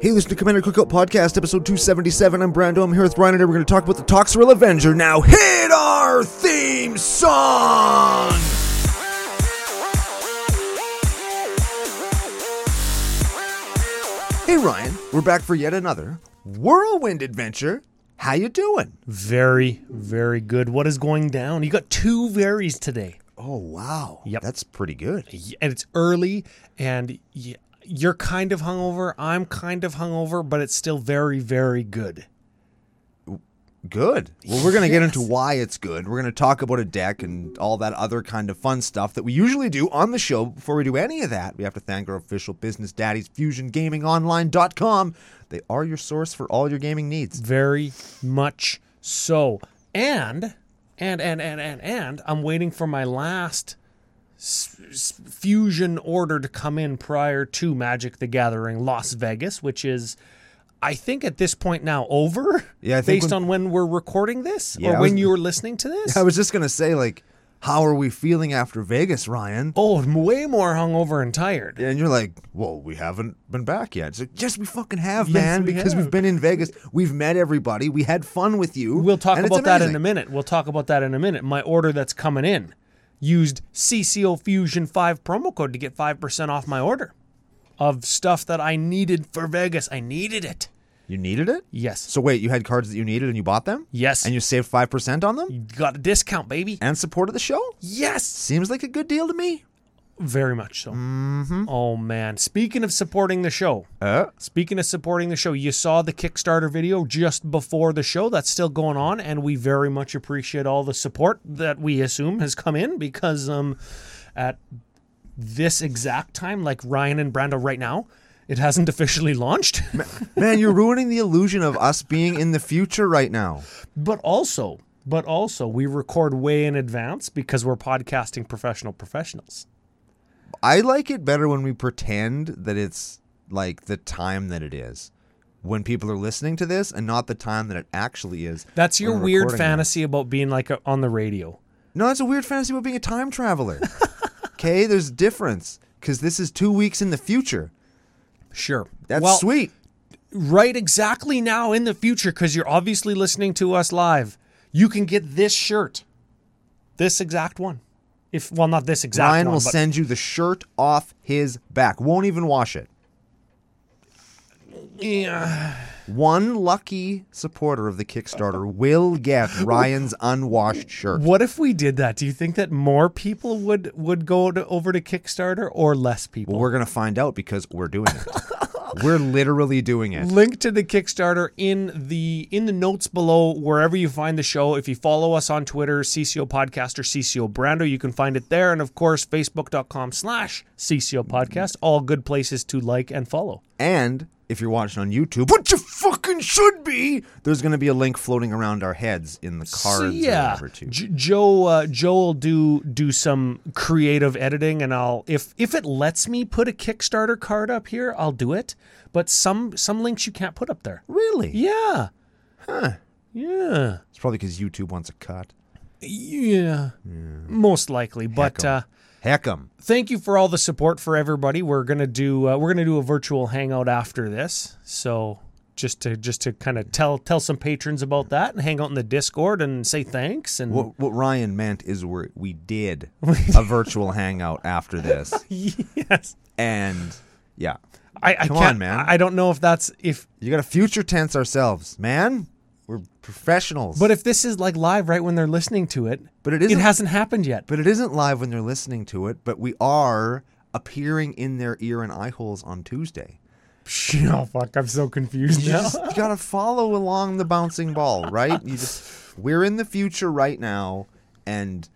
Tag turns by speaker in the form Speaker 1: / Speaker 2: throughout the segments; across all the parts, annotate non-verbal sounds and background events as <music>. Speaker 1: Hey, listen to Commander Cookout Podcast, episode 277. I'm Brando. I'm here with Ryan, and we're going to talk about the Toxril Avenger. Now, hit our theme song! Hey, Ryan. We're back for yet another whirlwind adventure. How you doing?
Speaker 2: Very, very good. What is going down? You got two varies today,
Speaker 1: Oh, wow.
Speaker 2: Yep.
Speaker 1: That's pretty good.
Speaker 2: Y- and it's early, and y- you're kind of hungover. I'm kind of hungover, but it's still very, very good.
Speaker 1: Good. Well, we're going to get into
Speaker 2: Yes.
Speaker 1: why it's good. We're going to talk about a deck and all that other kind of fun stuff that we usually do on the show. Before we do any of that, we have to thank our official business daddies, FusionGamingOnline.com. They are your source for all your gaming needs.
Speaker 2: Very much so. And, and, and, and, and, and, I'm waiting for my last s- s- fusion order to come in prior to Magic the Gathering Las Vegas, which is. I think at this point now over.
Speaker 1: Yeah, I think
Speaker 2: based
Speaker 1: when-
Speaker 2: on when we're recording this
Speaker 1: Yeah, I
Speaker 2: or when
Speaker 1: was-
Speaker 2: you were listening to this.
Speaker 1: I was just going to say, like, how are we feeling after Vegas, Ryan?
Speaker 2: Oh, I'm way more hungover and tired.
Speaker 1: And you're like, well, we haven't been back yet. It's like, yes, we fucking have,
Speaker 2: Yes,
Speaker 1: man,
Speaker 2: we
Speaker 1: because
Speaker 2: have.
Speaker 1: we've been in Vegas. We've met everybody. We had fun with you.
Speaker 2: We'll talk
Speaker 1: and it's
Speaker 2: about that
Speaker 1: amazing.
Speaker 2: in a minute. We'll talk about that in a minute. My order that's coming in used CCO Fusion 5 promo code to get 5% off my order of stuff that I needed for Vegas. I needed it.
Speaker 1: You needed it?
Speaker 2: Yes.
Speaker 1: So wait, you had cards that you needed and you bought them?
Speaker 2: Yes.
Speaker 1: And you saved 5% on them?
Speaker 2: Got a discount, baby.
Speaker 1: And supported the show?
Speaker 2: Yes.
Speaker 1: Seems like a good deal to me.
Speaker 2: Very much so.
Speaker 1: Mm-hmm.
Speaker 2: Oh, man. Speaking of supporting the show,
Speaker 1: Uh, <laughs>
Speaker 2: Speaking of supporting the show, you saw the Kickstarter video just before the show. That's still going on, and we very much appreciate all the support that we assume has come in because um, at this exact time, like Ryan and Brando right now, it hasn't <laughs> officially launched.
Speaker 1: man, you're ruining the illusion of us being in the future right now.
Speaker 2: but also, but also, we record way in advance because we're podcasting professional professionals.
Speaker 1: I like it better when we pretend that it's like the time that it is when people are listening to this and not the time that it actually is.
Speaker 2: That's your
Speaker 1: when we're
Speaker 2: weird
Speaker 1: recording it.
Speaker 2: fantasy about being like a, on the radio.
Speaker 1: No, that's a weird fantasy about being a time traveler. okay, there's a difference because this is two weeks in the future.
Speaker 2: Sure,
Speaker 1: That's
Speaker 2: well,
Speaker 1: sweet.
Speaker 2: right exactly now in the future because you're obviously listening to us live you can get this shirt this exact one if well not this exact
Speaker 1: Ryan
Speaker 2: one
Speaker 1: will
Speaker 2: but
Speaker 1: send you the shirt off his back. Won't even wash it.
Speaker 2: yeah,
Speaker 1: One lucky supporter of the Kickstarter will get Ryan's unwashed shirt.
Speaker 2: what if we did that do you think that more people would would go to, over to kickstarter or less people
Speaker 1: We're going to find out because we're doing
Speaker 2: <laughs>
Speaker 1: it. we're literally doing it.
Speaker 2: link to the Kickstarter in the in the notes below wherever you find the show. If you follow us on Twitter, CCO Podcast or CCO Brando, you can find it there. And of course, Facebook.com slash CCO Podcast. All good places to like and follow.
Speaker 1: And if you're watching on YouTube, which you fucking should be, there's going to be a link floating around our heads in the cards
Speaker 2: So,
Speaker 1: or
Speaker 2: yeah,
Speaker 1: whatever too.
Speaker 2: J- Joe uh, Joe will do do some creative editing, and I'll if if it lets me put a Kickstarter card up here, I'll do it. But some some links you can't put up there.
Speaker 1: Really?
Speaker 2: Yeah. Huh. Yeah.
Speaker 1: It's probably because YouTube wants a cut.
Speaker 2: Yeah. Most likely, but.
Speaker 1: 'em.
Speaker 2: Uh,
Speaker 1: Heck um, 'em.
Speaker 2: Thank you for all the support for everybody. We're gonna do uh, we're gonna do a virtual hangout after this, so just to just to kind of tell tell some patrons about that and hang out in the Discord and say thanks and
Speaker 1: What, what Ryan meant is we we did a virtual hangout after
Speaker 2: <laughs>
Speaker 1: this,
Speaker 2: <laughs> yes,
Speaker 1: and yeah,
Speaker 2: I, I
Speaker 1: Come on,
Speaker 2: can't,
Speaker 1: man.
Speaker 2: I don't know if that's if,
Speaker 1: you got to future tense ourselves, man. We're professionals.
Speaker 2: but if this is like live right when they're listening to it,
Speaker 1: But it
Speaker 2: it
Speaker 1: isn't.
Speaker 2: hasn't happened yet.
Speaker 1: but it isn't live when they're listening to it. But we are appearing in their ear and eye holes on Tuesday.
Speaker 2: <laughs> oh fuck, I'm so <laughs> confused
Speaker 1: You
Speaker 2: now.
Speaker 1: just you gotta follow along the bouncing ball, right? You just we're in the future right now, and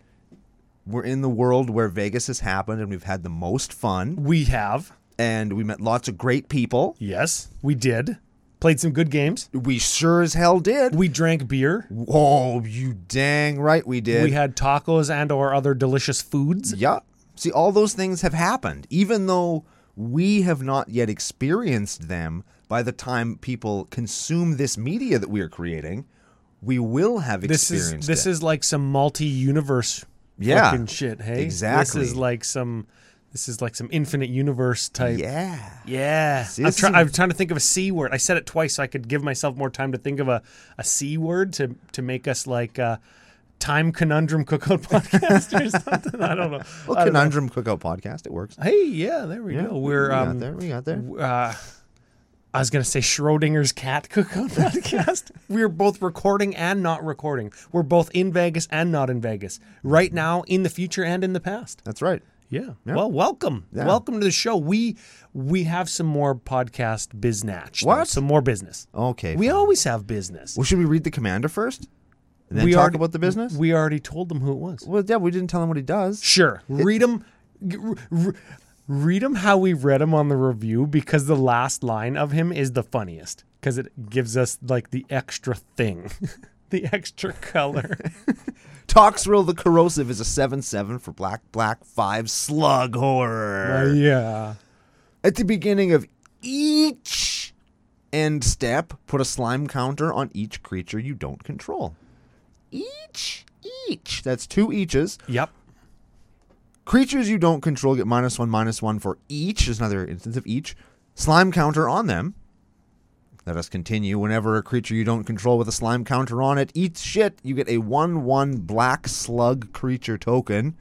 Speaker 1: we're in the world where Vegas has happened, and we've had the most fun,
Speaker 2: we have
Speaker 1: and we met lots of great people.
Speaker 2: yes, we did played some good games.
Speaker 1: We sure as hell did.
Speaker 2: We drank beer.
Speaker 1: Whoa, you dang right we did.
Speaker 2: We had tacos and or other delicious foods.
Speaker 1: Yeah. See, all those things have happened, even though we have not yet experienced them. By the time people consume this media that we are creating, we will have
Speaker 2: This is
Speaker 1: experienced
Speaker 2: this
Speaker 1: it.
Speaker 2: is like some multi-universe
Speaker 1: Yeah,
Speaker 2: fucking shit. Hey,
Speaker 1: exactly.
Speaker 2: This is like some. This is like some infinite universe type.
Speaker 1: Yeah.
Speaker 2: Yeah.
Speaker 1: See,
Speaker 2: I'm,
Speaker 1: this
Speaker 2: try-
Speaker 1: is-
Speaker 2: I'm trying to think of a C word. I said it twice so I could give myself more time to think of a, a C word to, to make us like uh, time conundrum cookout <laughs> podcast or something. I don't know.
Speaker 1: Well,
Speaker 2: I don't know.
Speaker 1: Conundrum Cookout Podcast. It works.
Speaker 2: Hey, yeah, there we go. We're
Speaker 1: we
Speaker 2: um,
Speaker 1: got there. We got there.
Speaker 2: uh, I was gonna say Schrodinger's cat cookout <laughs> podcast. We're both recording and not recording. We're both in Vegas and not in Vegas. Right now, in the future and in the past.
Speaker 1: That's right.
Speaker 2: Yeah. Well, welcome. Welcome to the show. We we have some more podcast biznatch. though.
Speaker 1: What? Oh,
Speaker 2: Some more business.
Speaker 1: Okay.
Speaker 2: We
Speaker 1: fine.
Speaker 2: always have business.
Speaker 1: well, should we read the commander first? And then
Speaker 2: We
Speaker 1: talk
Speaker 2: already-
Speaker 1: about the business?
Speaker 2: We already told them who it was.
Speaker 1: well, yeah, we didn't tell him what he does.
Speaker 2: Sure. Read them. Read them how we read them on the review because the last line of him is the funniest because it gives us like the extra thing, <laughs> the
Speaker 1: <laughs>
Speaker 2: extra color.
Speaker 1: Toxrill the Corrosive is a 7 7 for Black Black 5 Slug Horror.
Speaker 2: yeah.
Speaker 1: At the beginning of each end step, put a slime counter on each creature you don't control. Each, each. That's two eaches.
Speaker 2: Yep.
Speaker 1: Creatures you don't control get minus one, minus one for each. There's another instance of each. Slime counter on them. Let us continue. Whenever a creature you don't control with a slime counter on it eats shit, you get a 1 1 black slug creature token.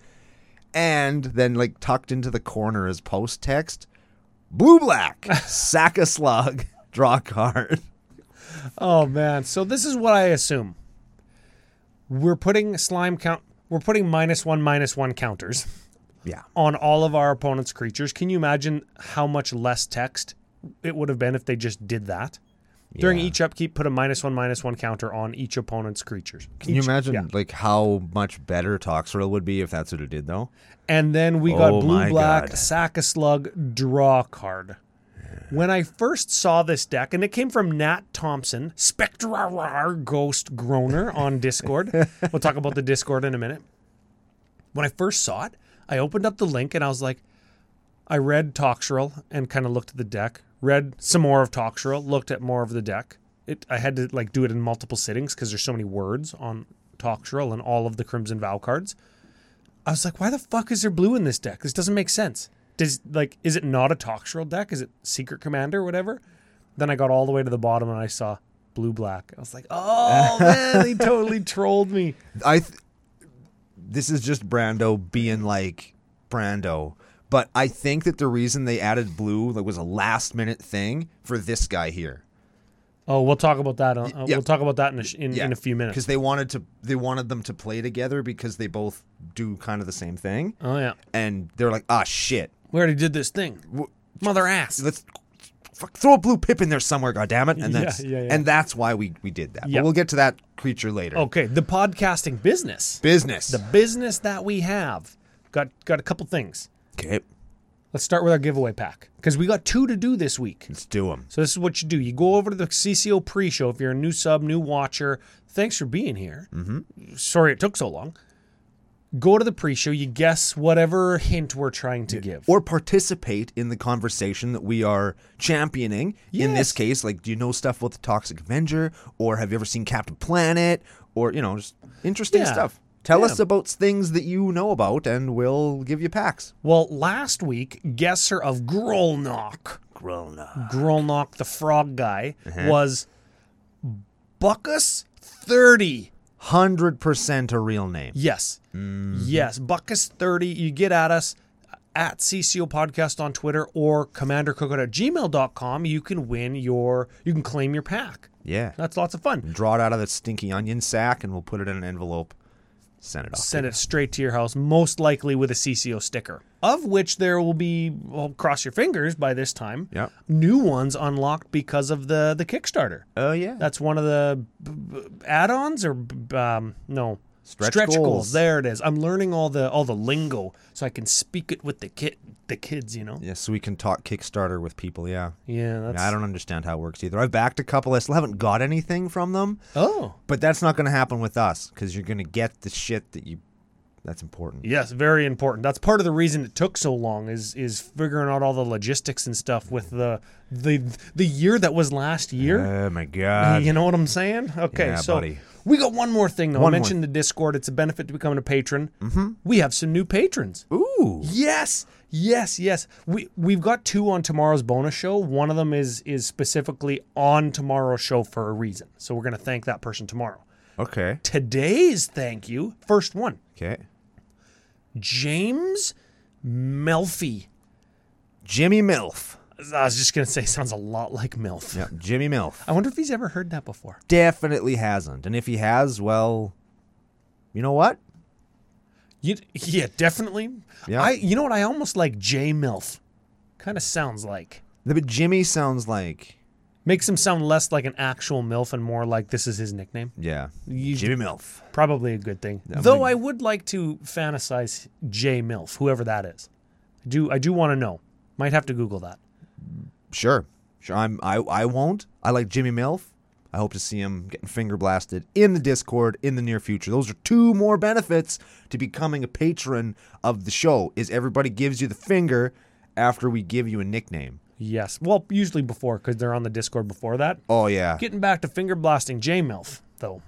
Speaker 1: And then, like, tucked into the corner is post text Blue
Speaker 2: <laughs>
Speaker 1: Black, sack a slug, draw a card.
Speaker 2: Oh man. So this is what I assume. We're putting slime count. We're putting minus one, minus one counters
Speaker 1: Yeah.
Speaker 2: on all of our opponent's creatures. Can you imagine how much less text it would have been if they just did that? During
Speaker 1: Yeah.
Speaker 2: each upkeep, put a minus one, minus one counter on each opponent's creatures.
Speaker 1: Can you
Speaker 2: Each-
Speaker 1: imagine,
Speaker 2: yeah.
Speaker 1: like, how much better Toxrill would be if that's what it did, though?
Speaker 2: And then we got
Speaker 1: Oh
Speaker 2: blue,
Speaker 1: my
Speaker 2: black,
Speaker 1: God.
Speaker 2: sack a slug, draw card. When I first saw this deck, and it came from Nat Thompson, Spectrar Ghost Groaner
Speaker 1: <laughs>
Speaker 2: on Discord. we'll talk about the Discord in a minute. When I first saw it, I opened up the link and I was like, I read Toxril and kind of looked at the deck, read some more of Toxril, looked at more of the deck. It, I had to like do it in multiple sittings because there's so many words on Toxril and all of the Crimson Vow cards. I was like, why the fuck is there blue in this deck? This doesn't make sense. Does like is it not a Toxtrol deck? Is it Secret Commander or whatever? Then I got all the way to the bottom and I saw blue black. I was like, oh man, they totally trolled me.
Speaker 1: I th- this is just Brando being like Brando, but I think that the reason they added blue like was a last minute thing for this guy here.
Speaker 2: Oh, we'll talk about that. On, uh,
Speaker 1: yeah.
Speaker 2: We'll talk about that in a, sh- in, in a few minutes.
Speaker 1: because they wanted to they wanted them to play together because they both do kind of the same thing,
Speaker 2: Oh yeah,
Speaker 1: and they're like, ah, shit,
Speaker 2: we already did this thing. Mother ass.
Speaker 1: let's. Fuck, throw a blue pip in there somewhere, goddammit. And
Speaker 2: Yeah,
Speaker 1: that's
Speaker 2: yeah, yeah.
Speaker 1: and that's why we, we did that.
Speaker 2: Yeah.
Speaker 1: But we'll get to that creature later.
Speaker 2: Okay, the podcasting business,
Speaker 1: Business.
Speaker 2: the business that we have, got got a couple things.
Speaker 1: okay.
Speaker 2: Let's start with our giveaway pack because we got two to do this week.
Speaker 1: Let's do them.
Speaker 2: So this is what you do. You go over to the CCO pre-show if you're a new sub, new watcher. Thanks for being here. Mm-hmm. Sorry it took so long. Go to the pre-show. You guess whatever hint we're trying to give.
Speaker 1: or participate in the conversation that we are championing. In
Speaker 2: Yes.
Speaker 1: this case, like, do you know stuff about the Toxic Avenger, or have you ever seen Captain Planet, or you know, just interesting
Speaker 2: Yeah.
Speaker 1: stuff. Tell
Speaker 2: Yeah.
Speaker 1: us about things that you know about, and we'll give you packs.
Speaker 2: Well, last week, guesser of Grolnok,
Speaker 1: Grown up.
Speaker 2: Grolnok the frog guy, was Buckus thirty.
Speaker 1: Hundred percent a real name.
Speaker 2: Yes. Yes. Buckus 30. You get at us at CCO Podcast on Twitter or commandercookout at gmail.com. You can win your, you can claim your pack.
Speaker 1: Yeah.
Speaker 2: That's lots of fun.
Speaker 1: Draw it out of the stinky onion sack, and we'll put it in an envelope. Send it off.
Speaker 2: Send it straight to your house, most likely with a CCO sticker, of which there will be, well, cross your fingers by this time,
Speaker 1: Yep.
Speaker 2: new ones unlocked because of the, the Kickstarter.
Speaker 1: Oh yeah.
Speaker 2: That's one of the b- b- add-ons, or b- um, no
Speaker 1: Stretch goals.
Speaker 2: There it is. I'm learning all the all the lingo, so I can speak it with the kid, the kids. You know.
Speaker 1: yeah, so we can talk Kickstarter with people. Yeah.
Speaker 2: Yeah. That's,
Speaker 1: I don't understand how it works either. I've backed a couple. I still haven't got anything from them.
Speaker 2: Oh.
Speaker 1: But that's not going to happen with us because you're going to get the shit that you. That's important.
Speaker 2: Yes, very important. That's part of the reason it took so long is is figuring out all the logistics and stuff with the the the year that was last year.
Speaker 1: Oh my god!
Speaker 2: you know what I'm saying? Okay,
Speaker 1: Yeah,
Speaker 2: so
Speaker 1: buddy.
Speaker 2: we got one more thing though.
Speaker 1: One
Speaker 2: I
Speaker 1: more.
Speaker 2: mentioned the Discord. It's a benefit to becoming a patron. Mm-hmm. We have some new patrons.
Speaker 1: Ooh,
Speaker 2: Yes, Yes, yes. We we've got two on tomorrow's bonus show. One of them is is specifically on tomorrow's show for a reason. So we're gonna thank that person tomorrow.
Speaker 1: Okay.
Speaker 2: Today's thank you, first one,
Speaker 1: Okay.
Speaker 2: James Melfi.
Speaker 1: Jimmy Milf.
Speaker 2: I was just gonna say sounds a lot like MILF.
Speaker 1: Yeah, Jimmy Milf.
Speaker 2: I wonder if he's ever heard that before.
Speaker 1: Definitely hasn't. And if he has, well, you know what?
Speaker 2: You, yeah, definitely.
Speaker 1: Yeah.
Speaker 2: I you know what I almost like J MILF. Kind of sounds like.
Speaker 1: The, but Jimmy sounds like
Speaker 2: Makes him sound less like an actual MILF and more like this is his nickname.
Speaker 1: yeah, Jimmy Milf.
Speaker 2: Probably a good thing. Though I would like to fantasize J MILF, whoever that is. I do I do want to know. Might have to Google that.
Speaker 1: Sure, sure. I'm. I. I won't. I like Jimmy Milf. I hope to see him getting finger blasted in the Discord in the near future. Those are two more benefits to becoming a patron of the show. Is everybody gives you the finger after we give you a nickname?
Speaker 2: Yes. Well, usually before, because they're on the Discord before that.
Speaker 1: Oh yeah,
Speaker 2: Getting back to finger blasting J MILF, though.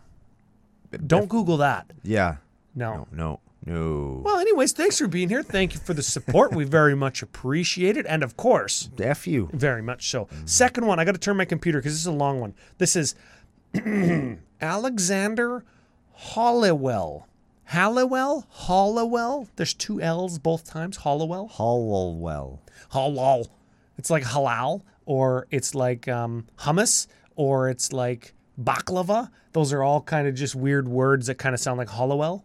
Speaker 2: Don't Google that.
Speaker 1: yeah.
Speaker 2: No.
Speaker 1: No, no, no.
Speaker 2: Well, anyways, thanks for being here. Thank you for the support. we very much appreciate it. And of course,
Speaker 1: F you.
Speaker 2: very much so. Second one, I got to turn my computer because this is a long one. This is <clears throat> Alexander Hollowell. Halliwell? Hollowell? There's two L's both times. Hollowell?
Speaker 1: Hollowell.
Speaker 2: Halal. It's like halal, or it's like um, hummus, or it's like baklava. Those are all kind of just weird words that kind of sound like Hollowell.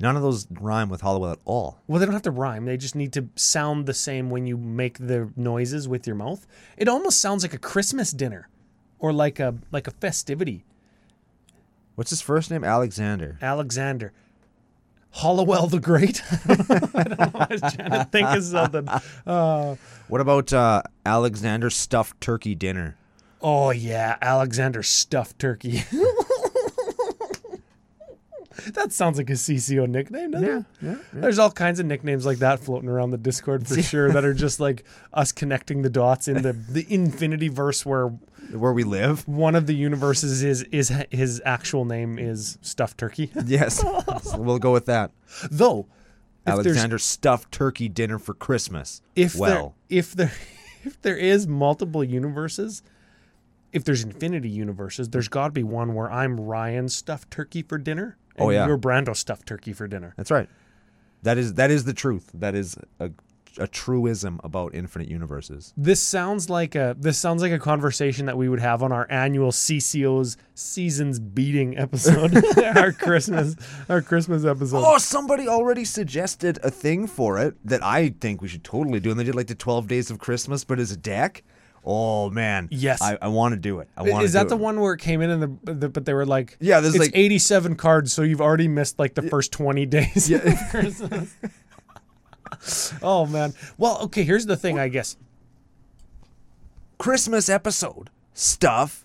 Speaker 1: None of those rhyme with Hollowell at all.
Speaker 2: Well, they don't have to rhyme. They just need to sound the same when you make the noises with your mouth. It almost sounds like a Christmas dinner or like a like a festivity.
Speaker 1: What's his first name? Alexander.
Speaker 2: Alexander Hollowell the Great. <laughs> I don't know. I was trying to think of something. Uh,
Speaker 1: What about uh, Alexander stuffed turkey dinner?
Speaker 2: oh yeah, Alexander stuffed turkey. <laughs> that sounds like a CCO nickname, doesn't it?
Speaker 1: yeah.
Speaker 2: There's all kinds of nicknames like that floating around the Discord
Speaker 1: <laughs>
Speaker 2: for sure that are just like us connecting the dots in the the infinity verse where
Speaker 1: Where we live? <laughs>
Speaker 2: one of the universes is is his actual name is stuffed turkey. <laughs>
Speaker 1: Yes. <laughs> So we'll go with that.
Speaker 2: Though if there's-
Speaker 1: Alexander stuffed turkey dinner for Christmas.
Speaker 2: if
Speaker 1: well,
Speaker 2: there, if there <laughs> if there is multiple universes, if there's infinity universes, there's got to be one where I'm Ryan stuffed turkey for dinner. And
Speaker 1: Oh, yeah.
Speaker 2: you're Brando stuffed turkey for dinner.
Speaker 1: that's right. That is that is the truth. That is a, a truism about infinite universes.
Speaker 2: This sounds like a this sounds like a conversation that we would have on our annual CCO's seasons beating episode, <laughs> our Christmas our Christmas episode.
Speaker 1: Oh, somebody already suggested a thing for it that I think we should totally do, and they did like the Twelve Days of Christmas, but as a deck. Oh man,
Speaker 2: Yes.
Speaker 1: I, I want to do it. I want to.
Speaker 2: Is that the one where it came in and the, the but they were like,
Speaker 1: Yeah, this is
Speaker 2: it's
Speaker 1: like-
Speaker 2: 87 cards, so you've already missed like the
Speaker 1: <laughs>
Speaker 2: first 20 days. of Christmas. <laughs> oh man. Well, okay. Here's the thing, I guess.
Speaker 1: Christmas episode stuff?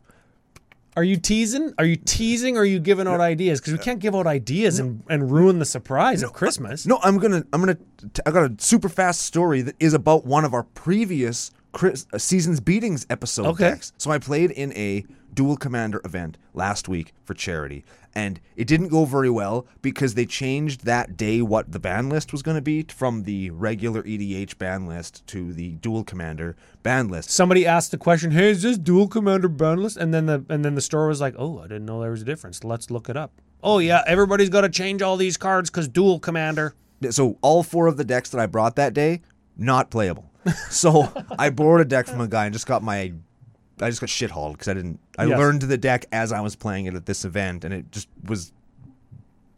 Speaker 2: Are you teasing? Are you teasing? Or are you giving out ideas? Because we can't give out ideas and, and ruin the surprise of Christmas.
Speaker 1: No, I'm gonna I'm gonna t- I got a super fast story that is about one of our previous Chris, uh, seasons beatings episode
Speaker 2: Okay.
Speaker 1: decks. So I played in a dual commander event last week for charity, and it didn't go very well because they changed that day what the ban list was going to be from the regular EDH ban list to the dual commander ban list.
Speaker 2: Somebody asked the question, "Hey, is this dual commander boundless?" And then the and then the store was like, "Oh, I didn't know there was a difference. Let's look it up." Oh yeah, everybody's got to change all these cards because dual commander.
Speaker 1: So all four of the decks that I brought that day not playable. So I borrowed a deck from a guy and just got my I just got shit hauled because I didn't. I
Speaker 2: Yes.
Speaker 1: learned the deck as I was playing it at this event, and it just was.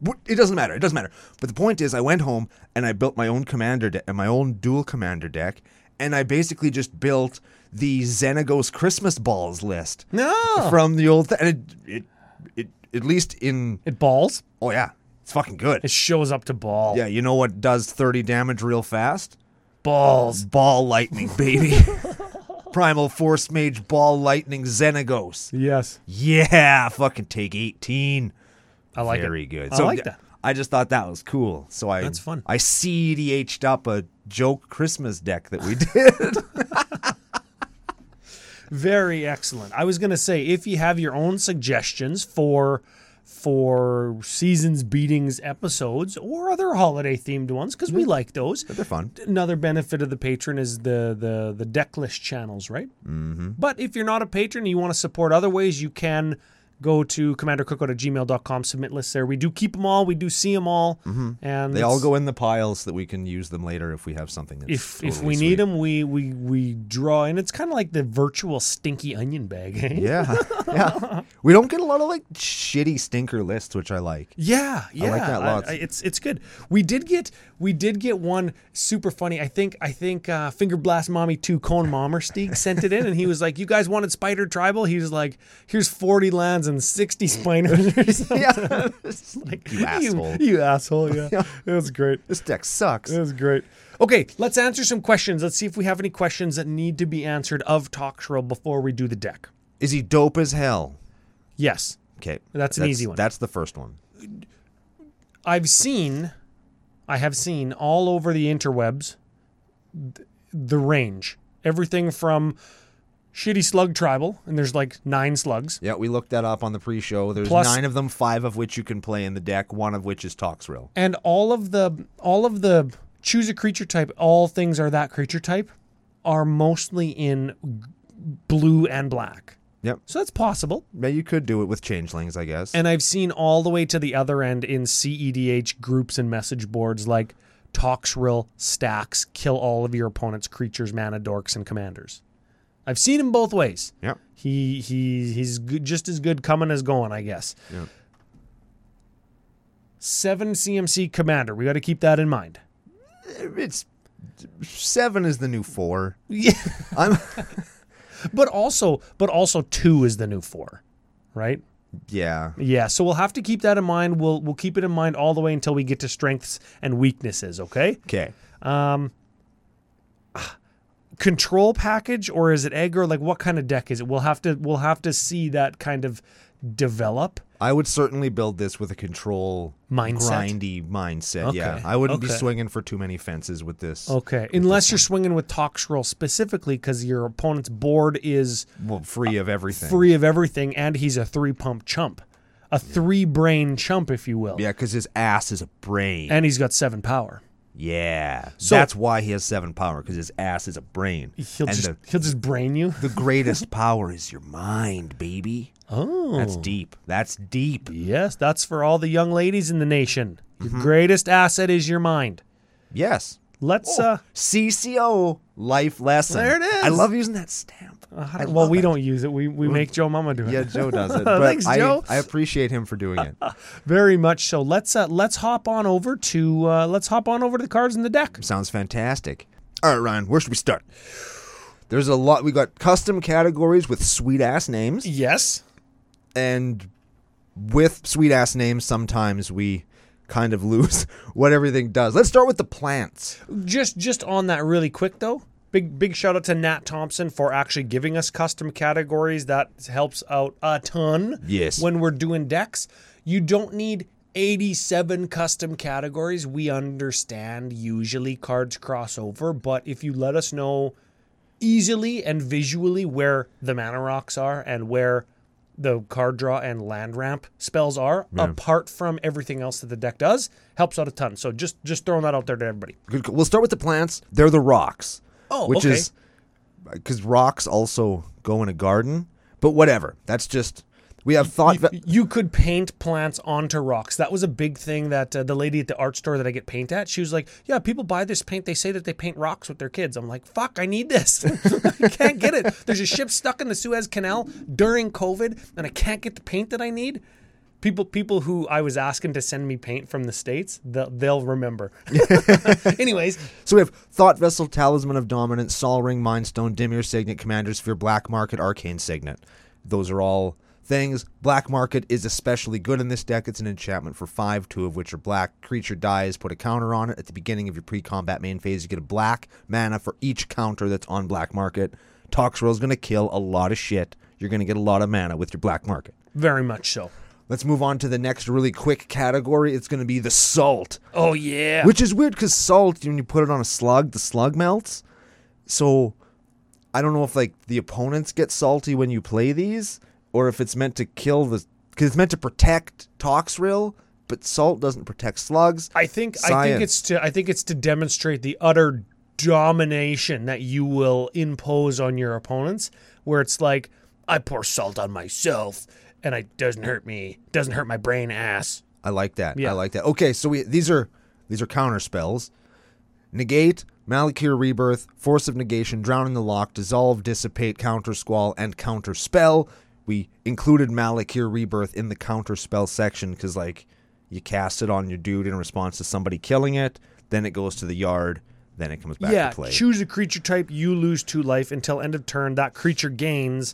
Speaker 1: w- It doesn't matter. It doesn't matter. But the point is, I went home and I built my own commander deck and my own dual commander deck, and I basically just built the Xenagos Christmas balls list
Speaker 2: No,
Speaker 1: from the old. Th- and it, it, it, at least in
Speaker 2: it balls.
Speaker 1: oh yeah, it's fucking good.
Speaker 2: It shows up to ball.
Speaker 1: Yeah, you know what does 30 damage real fast?
Speaker 2: Balls.
Speaker 1: Ball lightning,
Speaker 2: <laughs>
Speaker 1: baby. Primal Force Mage Ball Lightning Xenagos.
Speaker 2: Yes.
Speaker 1: Yeah, fucking take 18.
Speaker 2: I like
Speaker 1: Very
Speaker 2: it.
Speaker 1: good.
Speaker 2: I
Speaker 1: So
Speaker 2: like that.
Speaker 1: I just thought that was cool. So I
Speaker 2: That's fun.
Speaker 1: I CDH'd up a joke Christmas deck that we <laughs>
Speaker 2: <laughs>
Speaker 1: did.
Speaker 2: Very excellent. I was going to say if you have your own suggestions for for seasons beatings episodes or other holiday themed ones because we like those.
Speaker 1: But they're fun.
Speaker 2: Another benefit of the patron is the the the deck list channels, right? Mm-hmm. But if you're not a patron and you want to support other ways, you can go to commandercookout at gmail.com, submit lists there. We do keep them all, we do see them all, and
Speaker 1: Mm-hmm. They all go in the piles that we can use them later if we have something. That's
Speaker 2: if if
Speaker 1: totally
Speaker 2: we
Speaker 1: sweet.
Speaker 2: need them, we we we draw, and it's kind of like the virtual stinky onion bag. eh? <laughs>
Speaker 1: Yeah, yeah. We don't get a lot of like shitty stinker lists, which I like.
Speaker 2: Yeah, yeah,
Speaker 1: like that lots.
Speaker 2: I- it's it's good. We did get we did get one super funny. I think I think uh, Finger Blast Mommy Two Cone Mommer Steak sent it in, and he was like, "You guys wanted Spider Tribal?" He was like, "Here's forty lands and sixty spiders." or
Speaker 1: <laughs>
Speaker 2: something.
Speaker 1: Yeah,
Speaker 2: It's like,
Speaker 1: You asshole.
Speaker 2: <laughs> You, asshole! Yeah,
Speaker 1: <laughs>
Speaker 2: it was great.
Speaker 1: this deck sucks.
Speaker 2: It was great. Okay, let's answer some questions. Let's see if we have any questions that need to be answered of Toxtrel before we do the deck.
Speaker 1: Is he dope as hell?
Speaker 2: Yes,
Speaker 1: Okay,
Speaker 2: That's an easy one.
Speaker 1: That's the first one.
Speaker 2: I've seen, I have seen all over the interwebs th- the range. Everything from shitty slug tribal, and there's like nine slugs.
Speaker 1: Yeah, we looked that up on the pre-show. There's
Speaker 2: Plus-
Speaker 1: nine of them, five of which you can play in the deck, one of which is Toxrill.
Speaker 2: And all of the, all of the choose a creature type, all things are that creature type, are mostly in g- blue and black.
Speaker 1: Yep.
Speaker 2: So that's possible.
Speaker 1: Yeah, you could do it with changelings, I guess.
Speaker 2: And I've seen all the way to the other end in CEDH groups and message boards like Toxrill stacks, kill all of your opponent's creatures, mana dorks, and commanders. I've seen him both ways.
Speaker 1: yep.
Speaker 2: He he he's good, just as good coming as going, I guess.
Speaker 1: Yeah.
Speaker 2: Seven CMC commander. We got to keep that in mind.
Speaker 1: It's seven is the new four.
Speaker 2: Yeah,
Speaker 1: I'm
Speaker 2: <laughs>
Speaker 1: <laughs>
Speaker 2: but also but also two is the new four, right?
Speaker 1: yeah.
Speaker 2: Yeah, so we'll have to keep that in mind. We'll we'll keep it in mind all the way until we get to strengths and weaknesses. Okay.
Speaker 1: Okay.
Speaker 2: control package or is it egg or like what kind of deck is it? We'll have to we'll have to see that kind of develop.
Speaker 1: I would certainly build this with a control
Speaker 2: Mindset?
Speaker 1: grindy mindset. Yeah,
Speaker 2: Okay.
Speaker 1: I wouldn't be
Speaker 2: Okay.
Speaker 1: swinging for too many fences with this.
Speaker 2: Okay, unless you're swinging with Toxrill specifically because your opponent's board is
Speaker 1: Well, free of everything.
Speaker 2: free of everything and he's a three pump chump, a three brain chump, if you will,
Speaker 1: Yeah, because his ass is a brain.
Speaker 2: and he's got seven power.
Speaker 1: yeah,
Speaker 2: So-
Speaker 1: that's why he has seven power because his ass is a brain.
Speaker 2: He'll
Speaker 1: and
Speaker 2: just
Speaker 1: the,
Speaker 2: he'll just brain you.
Speaker 1: the greatest <laughs> power is your mind, baby.
Speaker 2: Oh,
Speaker 1: That's deep. That's deep.
Speaker 2: yes, that's for all the young ladies in the nation. Your
Speaker 1: Mm-hmm.
Speaker 2: greatest asset is your mind.
Speaker 1: Yes.
Speaker 2: Let's
Speaker 1: Oh,
Speaker 2: uh,
Speaker 1: CCO life lesson.
Speaker 2: There it
Speaker 1: I
Speaker 2: is. Oh,
Speaker 1: love using that stamp.
Speaker 2: how do- well, we don't use it. We we make Joe Mama do it.
Speaker 1: Yeah, Joe does
Speaker 2: <laughs>
Speaker 1: it. But
Speaker 2: Thanks,
Speaker 1: I,
Speaker 2: Joe.
Speaker 1: I appreciate him for doing
Speaker 2: <laughs>
Speaker 1: it.
Speaker 2: Very much so. Let's uh, let's hop on over to uh, let's hop on over to the cards in the deck.
Speaker 1: Sounds fantastic. All right, Ryan, where should we start? There's a lot. We got custom categories with sweet ass names,
Speaker 2: Yes.
Speaker 1: and with sweet ass names, sometimes we kind of <laughs> lose what everything does. Let's start with the plants.
Speaker 2: Just just on that really quick though. Big big shout out to Nat Thompson for actually giving us custom categories. That helps out a ton.
Speaker 1: Yes.
Speaker 2: When we're doing decks, you don't need 87 custom categories. We understand usually cards cross over, but if you let us know easily and visually where the mana rocks are and where the card draw and land ramp spells are, apart from everything else that the deck does, helps out a ton. So just just throwing that out there to everybody.
Speaker 1: Good- We'll start with the plants. They're the rocks.
Speaker 2: Oh,
Speaker 1: which
Speaker 2: okay.
Speaker 1: is because rocks also go in a garden. But whatever. That's just we have thought. va-
Speaker 2: You could paint plants onto rocks. That was a big thing that uh, the lady at the art store that I get paint at, she was like, "Yeah, people buy this paint. They say that they paint rocks with their kids." I'm like, "Fuck, I need this. <laughs> I can't get it. There's a ship stuck in the Suez Canal during COVID, and I can't get the paint that I need." People, people who I was asking to send me paint from the states, they'll, they'll remember. <laughs> Anyways,
Speaker 1: So we have Thought Vessel, Talisman of Dominance, Sol Ring, Mind Stone, Dimir Signet, Commander's Sphere, Black Market, Arcane Signet. Those are all things. Black Market is especially good in this deck. It's an enchantment for five, two of which are black. Creature dies, put a counter on it. At the beginning of your pre combat main phase, you get a black mana for each counter that's on Black Market. Toxrill is going to kill a lot of shit. You're going to get a lot of mana with your Black Market.
Speaker 2: very much so.
Speaker 1: Let's move on to the next really quick category. It's going to be the Salt.
Speaker 2: Oh yeah.
Speaker 1: Which is weird because salt, when you put it on a slug, the slug melts. So I don't know if like the opponents get salty when you play these, or if it's meant to kill the because it's meant to protect Toxrill, but salt doesn't protect slugs.
Speaker 2: I think I think it's to I think it's to demonstrate the utter domination that you will impose on your opponents where it's like I pour salt on myself and it doesn't hurt me doesn't hurt my brain ass
Speaker 1: I like that.
Speaker 2: Yeah.
Speaker 1: I like that. Okay, so we these are these are counter spells. Negate, Malakir Rebirth, Force of Negation, Drown in the Lock, Dissolve, Dissipate, Counter Squall, and Counter Spell. We included Malakir Rebirth in the counter spell section because like you cast it on your dude in response to somebody killing it, then it goes to the yard, then it comes back
Speaker 2: yeah
Speaker 1: to play.
Speaker 2: choose a creature type you lose 2 life until end of turn that creature gains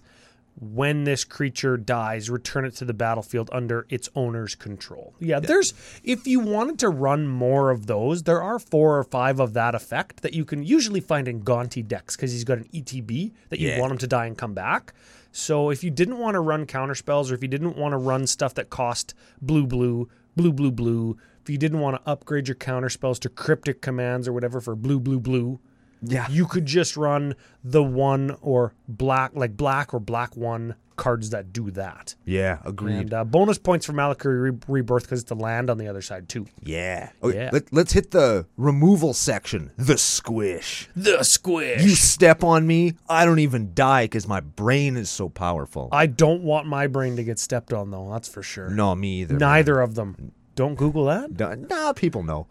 Speaker 2: when this creature dies return it to the battlefield under its owner's control yeah, there's if you wanted to run more of those there are four or five of that effect that you can usually find in gaunty decks because he's got an etb that you
Speaker 1: Yeah.
Speaker 2: want him to die and come back so if you didn't want to run counter spells or if you didn't want to run stuff that cost blue blue blue blue blue if you didn't want to upgrade your counter spells to cryptic commands or whatever for blue blue blue
Speaker 1: yeah.
Speaker 2: you could just run the one or black like black or black one cards that do that
Speaker 1: Yeah, agreed.
Speaker 2: and uh, bonus points for Malakuri Re- rebirth because it's the land on the other side too
Speaker 1: Yeah. Okay,
Speaker 2: Yeah.
Speaker 1: Let, let's hit the removal section. The squish.
Speaker 2: the squish
Speaker 1: You step on me, I don't even die because my brain is so powerful.
Speaker 2: i don't want my brain to get stepped on though that's for sure
Speaker 1: no, me either.
Speaker 2: neither of them don't google that
Speaker 1: Duh, Nah, people know.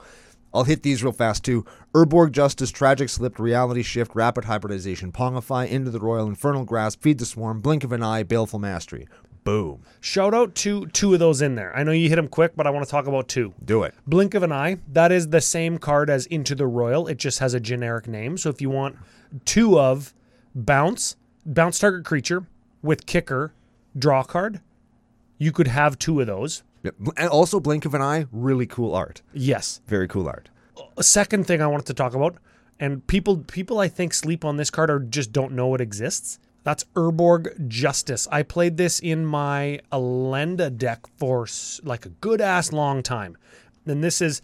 Speaker 1: I'll hit these real fast too. Urborg Justice, Tragic Slipped, Reality Shift, Rapid Hybridization, Pongify, Into the Royal, Infernal Grasp, Feed the Swarm, Blink of an Eye, Baleful Mastery. Boom.
Speaker 2: shout out to two of those in there i know you hit them quick but i want to talk about two
Speaker 1: Do it.
Speaker 2: Blink of an Eye, that is the same card as Into the Royal. It just has a generic name. So if you want two of bounce, bounce target creature with kicker, draw card, you could have two of those.
Speaker 1: Yep. And also, Blink of an Eye, really cool art.
Speaker 2: Yes.
Speaker 1: Very cool art.
Speaker 2: A second thing I wanted to talk about, and people people I think sleep on this card or just don't know it exists. That's Urborg Justice. I played this in my Alenda deck for s- like a good ass long time, and this is.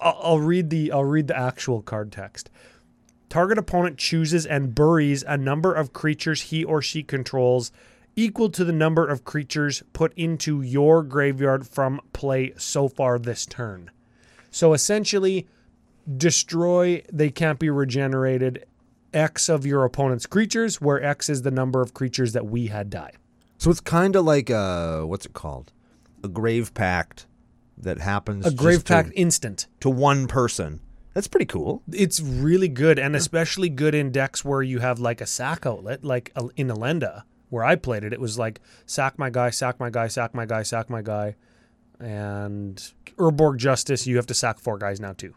Speaker 2: I'll, I'll read the I'll read the actual card text. Target opponent chooses and buries a number of creatures he or she controls equal to the number of creatures put into your graveyard from play so far this turn. So essentially, destroy, they can't be regenerated, X of your opponent's creatures, where X is the number of creatures that we had die.
Speaker 1: So it's kind of like a, what's it called? A grave pact that happens
Speaker 2: A grave
Speaker 1: just to-
Speaker 2: pact instant.
Speaker 1: to one person. That's pretty cool.
Speaker 2: It's really good, and especially good in decks where you have like a sack outlet, like Al- in Alenda, where I played it. It was like sack my guy, sack my guy, sack my guy, sack my guy, and Urborg Justice. You have to sack four guys now too.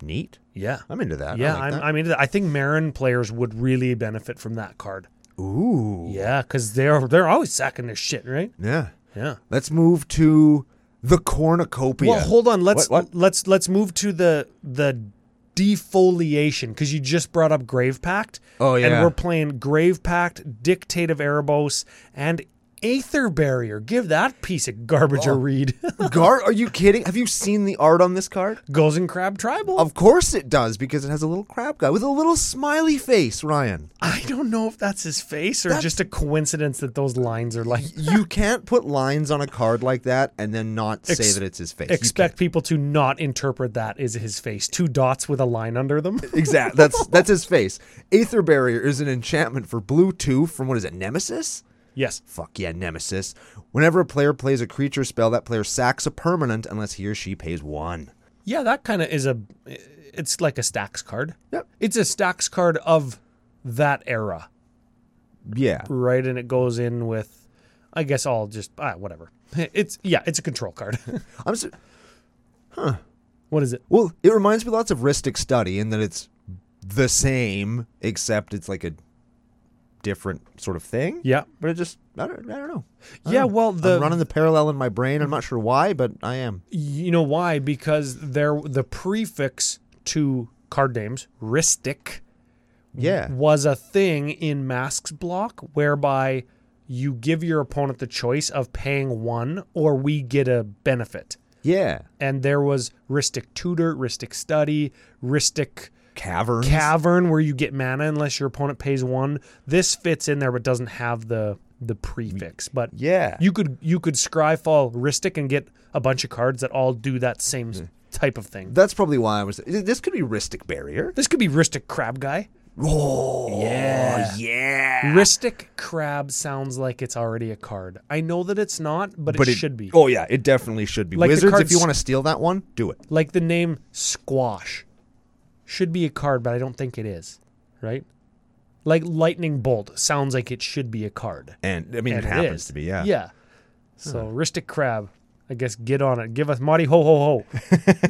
Speaker 1: Neat.
Speaker 2: Yeah,
Speaker 1: I'm into that. I
Speaker 2: yeah.
Speaker 1: like
Speaker 2: I'm,
Speaker 1: that.
Speaker 2: I'm into that. I think Marin players would really benefit from that card.
Speaker 1: Ooh.
Speaker 2: Yeah, because they're they're always sacking their shit, right?
Speaker 1: Yeah.
Speaker 2: Yeah.
Speaker 1: Let's move to the cornucopia.
Speaker 2: Well, hold on. Let's
Speaker 1: What- what?
Speaker 2: let's let's move to the the defoliation because you just brought up Grave Pact.
Speaker 1: Oh, yeah.
Speaker 2: And we're playing Grave Pact, Dictate of Erebos, and Aether Barrier. Give that piece of garbage a
Speaker 1: Oh.
Speaker 2: read.
Speaker 1: <laughs>
Speaker 2: <laughs>
Speaker 1: Gar, are you kidding? Have you seen the art on this card?
Speaker 2: Golden Crab Tribal.
Speaker 1: Of course it does, because it has a little crab guy with a little smiley face, Ryan.
Speaker 2: I don't know if that's his face or just a coincidence that those lines are like.
Speaker 1: You
Speaker 2: <laughs>
Speaker 1: can't put lines on a card like that and then not say that it's his face.
Speaker 2: Expect people to not interpret that as his face. Two dots with a line under them. <laughs>
Speaker 1: Exactly. That's that's his face. Aether Barrier is an enchantment for blue two from what is it, Nemesis?
Speaker 2: yes.
Speaker 1: Fuck yeah, Nemesis. Whenever a player plays a creature spell, that player sacks a permanent unless he or she pays one.
Speaker 2: Yeah, that kind of is a. It's like a stacks card.
Speaker 1: Yep.
Speaker 2: It's a stacks card of that era,
Speaker 1: Yeah.
Speaker 2: right? And it goes in with, I guess, all just ah, whatever. <laughs> It's yeah, it's a control card. <laughs>
Speaker 1: I'm so,
Speaker 2: what is it?
Speaker 1: Well, it reminds me lots of Ristic Study in that it's the same, except it's like a different sort of thing.
Speaker 2: Yeah.
Speaker 1: But it just, I don't, I don't know. I
Speaker 2: Yeah.
Speaker 1: don't know.
Speaker 2: Well, the
Speaker 1: Oh, I'm running the parallel in my brain. I'm not sure why, but I am.
Speaker 2: you know why? Because there the prefix to card names, Ristic, Mm-hmm.
Speaker 1: Yeah.
Speaker 2: was a thing in Masks block whereby you give your opponent the choice of paying one or we get a benefit.
Speaker 1: Yeah.
Speaker 2: and there was Ristic Tutor, Ristic Study, Ristic
Speaker 1: Caverns.
Speaker 2: Cavern, where you get mana unless your opponent pays one. This fits in there, but doesn't have the the prefix, but
Speaker 1: Yeah.
Speaker 2: you could you could scryfall Ristic and get a bunch of cards that all do that same s- type of thing.
Speaker 1: That's probably why I was. This could be Ristic Barrier.
Speaker 2: This could be Ristic Crab guy.
Speaker 1: Oh, yeah. Yeah.
Speaker 2: Ristic Crab sounds like it's already a card. I know that it's not, but, it, should be.
Speaker 1: Oh, yeah. It definitely should be.
Speaker 2: Like the
Speaker 1: Wizards, if
Speaker 2: cards-
Speaker 1: you want to steal that one, do it.
Speaker 2: Like the name Squash should be a card, but I don't think it is. Right? Like Lightning Bolt sounds like it should be a card.
Speaker 1: And I mean,
Speaker 2: and
Speaker 1: it
Speaker 2: is.
Speaker 1: happens to be, yeah.
Speaker 2: Yeah. So Ristic Crab, I guess get on it. Give us Marty ho ho
Speaker 1: <laughs>
Speaker 2: ho.
Speaker 1: <laughs>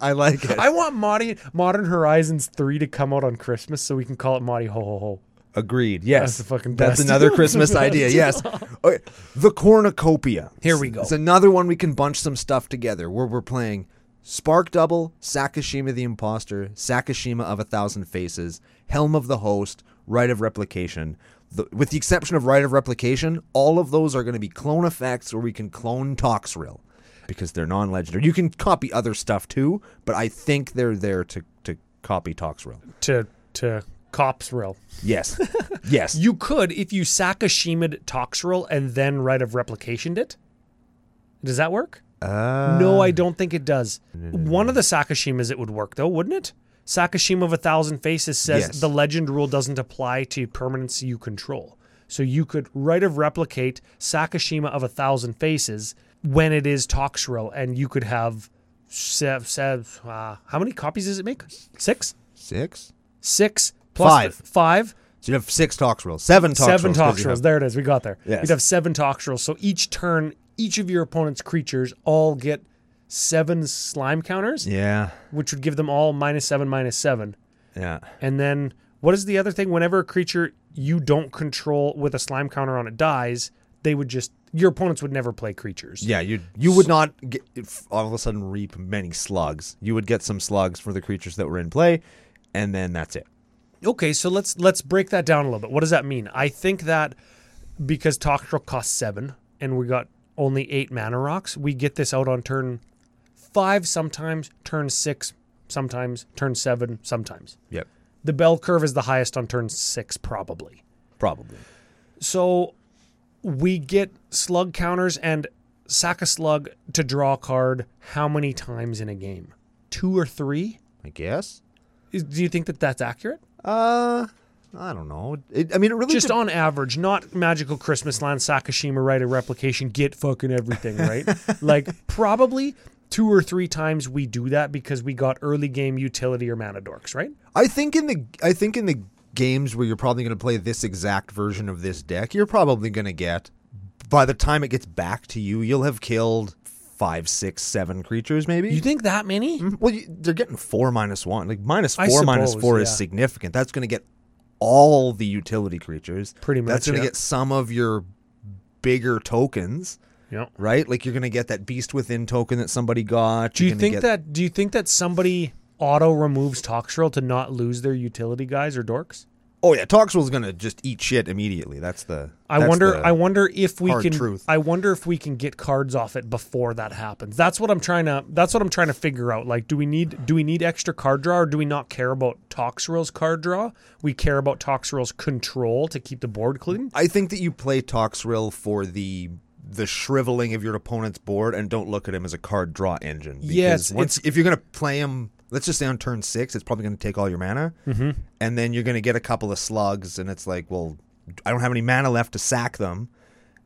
Speaker 1: I like it.
Speaker 2: I want Marty Modern Horizons 3 to come out on Christmas so we can call it Marty ho ho ho.
Speaker 1: Agreed. Yes.
Speaker 2: That's the fucking
Speaker 1: That's
Speaker 2: best.
Speaker 1: another
Speaker 2: <laughs>
Speaker 1: Christmas idea. Yes. Okay. The cornucopia.
Speaker 2: Here we go.
Speaker 1: It's another one we can bunch some stuff together where we're playing Spark Double, Sakashima the Imposter, Sakashima of a Thousand Faces, Helm of the Host, Rite of Replication. The, with the exception of Rite of Replication, all of those are going to be clone effects where we can clone Toxrill because they're non legendary. You can copy other stuff too, but I think they're there to, to copy Toxrill.
Speaker 2: To to Cops Rill. <laughs>
Speaker 1: Yes. yes.
Speaker 2: You could if you Sakashima'd Toxrill and then Rite of Replicationed it. Does that work?
Speaker 1: Uh,
Speaker 2: no, I don't think it does. One of the Sakashimas it would work though, wouldn't it? Sakashima of a Thousand Faces says
Speaker 1: Yes.
Speaker 2: the legend rule doesn't apply to permanents you control. So you could Rite of Replicate Sakashima of a Thousand Faces when it is Toxrill, and you could have sev, sev, uh, how many copies does it make? Six?
Speaker 1: Six?
Speaker 2: Six plus
Speaker 1: Five.
Speaker 2: the- five?
Speaker 1: So you have six talks rolls, seven talks
Speaker 2: seven
Speaker 1: rolls.
Speaker 2: toxrels. There it is. We got there.
Speaker 1: Yes.
Speaker 2: You'd have seven toxrels. So each turn, each of your opponent's creatures all get seven slime counters,
Speaker 1: Yeah,
Speaker 2: which would give them all minus seven, minus seven.
Speaker 1: yeah.
Speaker 2: And then what is the other thing? Whenever a creature you don't control with a slime counter on it dies, they would just your opponents would never play creatures.
Speaker 1: Yeah, you you would not get, if all of a sudden reap many slugs. You would get some slugs for the creatures that were in play, and then that's it.
Speaker 2: Okay, so let's let's break that down a little bit. What does that mean? I think that because Toxtrel costs seven and we got only eight mana rocks, we get this out on turn five sometimes, turn six sometimes, turn seven sometimes.
Speaker 1: Yep,
Speaker 2: The bell curve is the highest on turn six, probably.
Speaker 1: probably.
Speaker 2: So we get slug counters and sack a slug to draw a card how many times in a game? Two or three?
Speaker 1: I guess.
Speaker 2: Is- Do you think that that's accurate?
Speaker 1: Uh, I don't know. It, I mean, it really
Speaker 2: just on average, not magical Christmas land, Sakashima right a replication, get fucking
Speaker 1: <laughs>
Speaker 2: everything, right? like probably two or three times we do that because we got early game utility or mana dorks, right?
Speaker 1: I think in the I think in the games where you're probably going to play this exact version of this deck, you're probably going to get by the time it gets back to you, you'll have killed five, six, seven creatures, maybe.
Speaker 2: You think that many?
Speaker 1: Mm-hmm. Well, you, they're getting four minus one. Like minus
Speaker 2: I
Speaker 1: four minus
Speaker 2: suppose,
Speaker 1: four is
Speaker 2: yeah.
Speaker 1: significant. That's going to get all the utility creatures.
Speaker 2: Pretty
Speaker 1: That's
Speaker 2: much,
Speaker 1: going to
Speaker 2: yeah.
Speaker 1: get some of your bigger tokens,
Speaker 2: Yeah.
Speaker 1: right? Like you're going to get that beast within token that somebody got.
Speaker 2: Do
Speaker 1: You're
Speaker 2: you
Speaker 1: gonna
Speaker 2: think
Speaker 1: get-
Speaker 2: that do you think that somebody auto removes Toxrill to not lose their utility guys or dorks?
Speaker 1: Oh yeah, Toxwell's going to just eat shit immediately. That's the.
Speaker 2: I
Speaker 1: that's
Speaker 2: wonder.
Speaker 1: the-
Speaker 2: I wonder if we
Speaker 1: hard
Speaker 2: can.
Speaker 1: truth.
Speaker 2: I wonder if we can get cards off it before that happens. That's what I'm trying to. That's what I'm trying to figure out. Like, do we need? Do we need extra card draw, or do we not care about Toxrill's card draw? We care about Toxrill's control to keep the board clean.
Speaker 1: I think that you play Toxrill for the the shriveling of your opponent's board and don't look at him as a card draw engine. Because
Speaker 2: Yes,
Speaker 1: once if you're gonna play him, let's just say on turn six, it's probably gonna take all your mana, mm-hmm. and then you're gonna get a couple of slugs, and it's like, well, I don't have any mana left to sack them.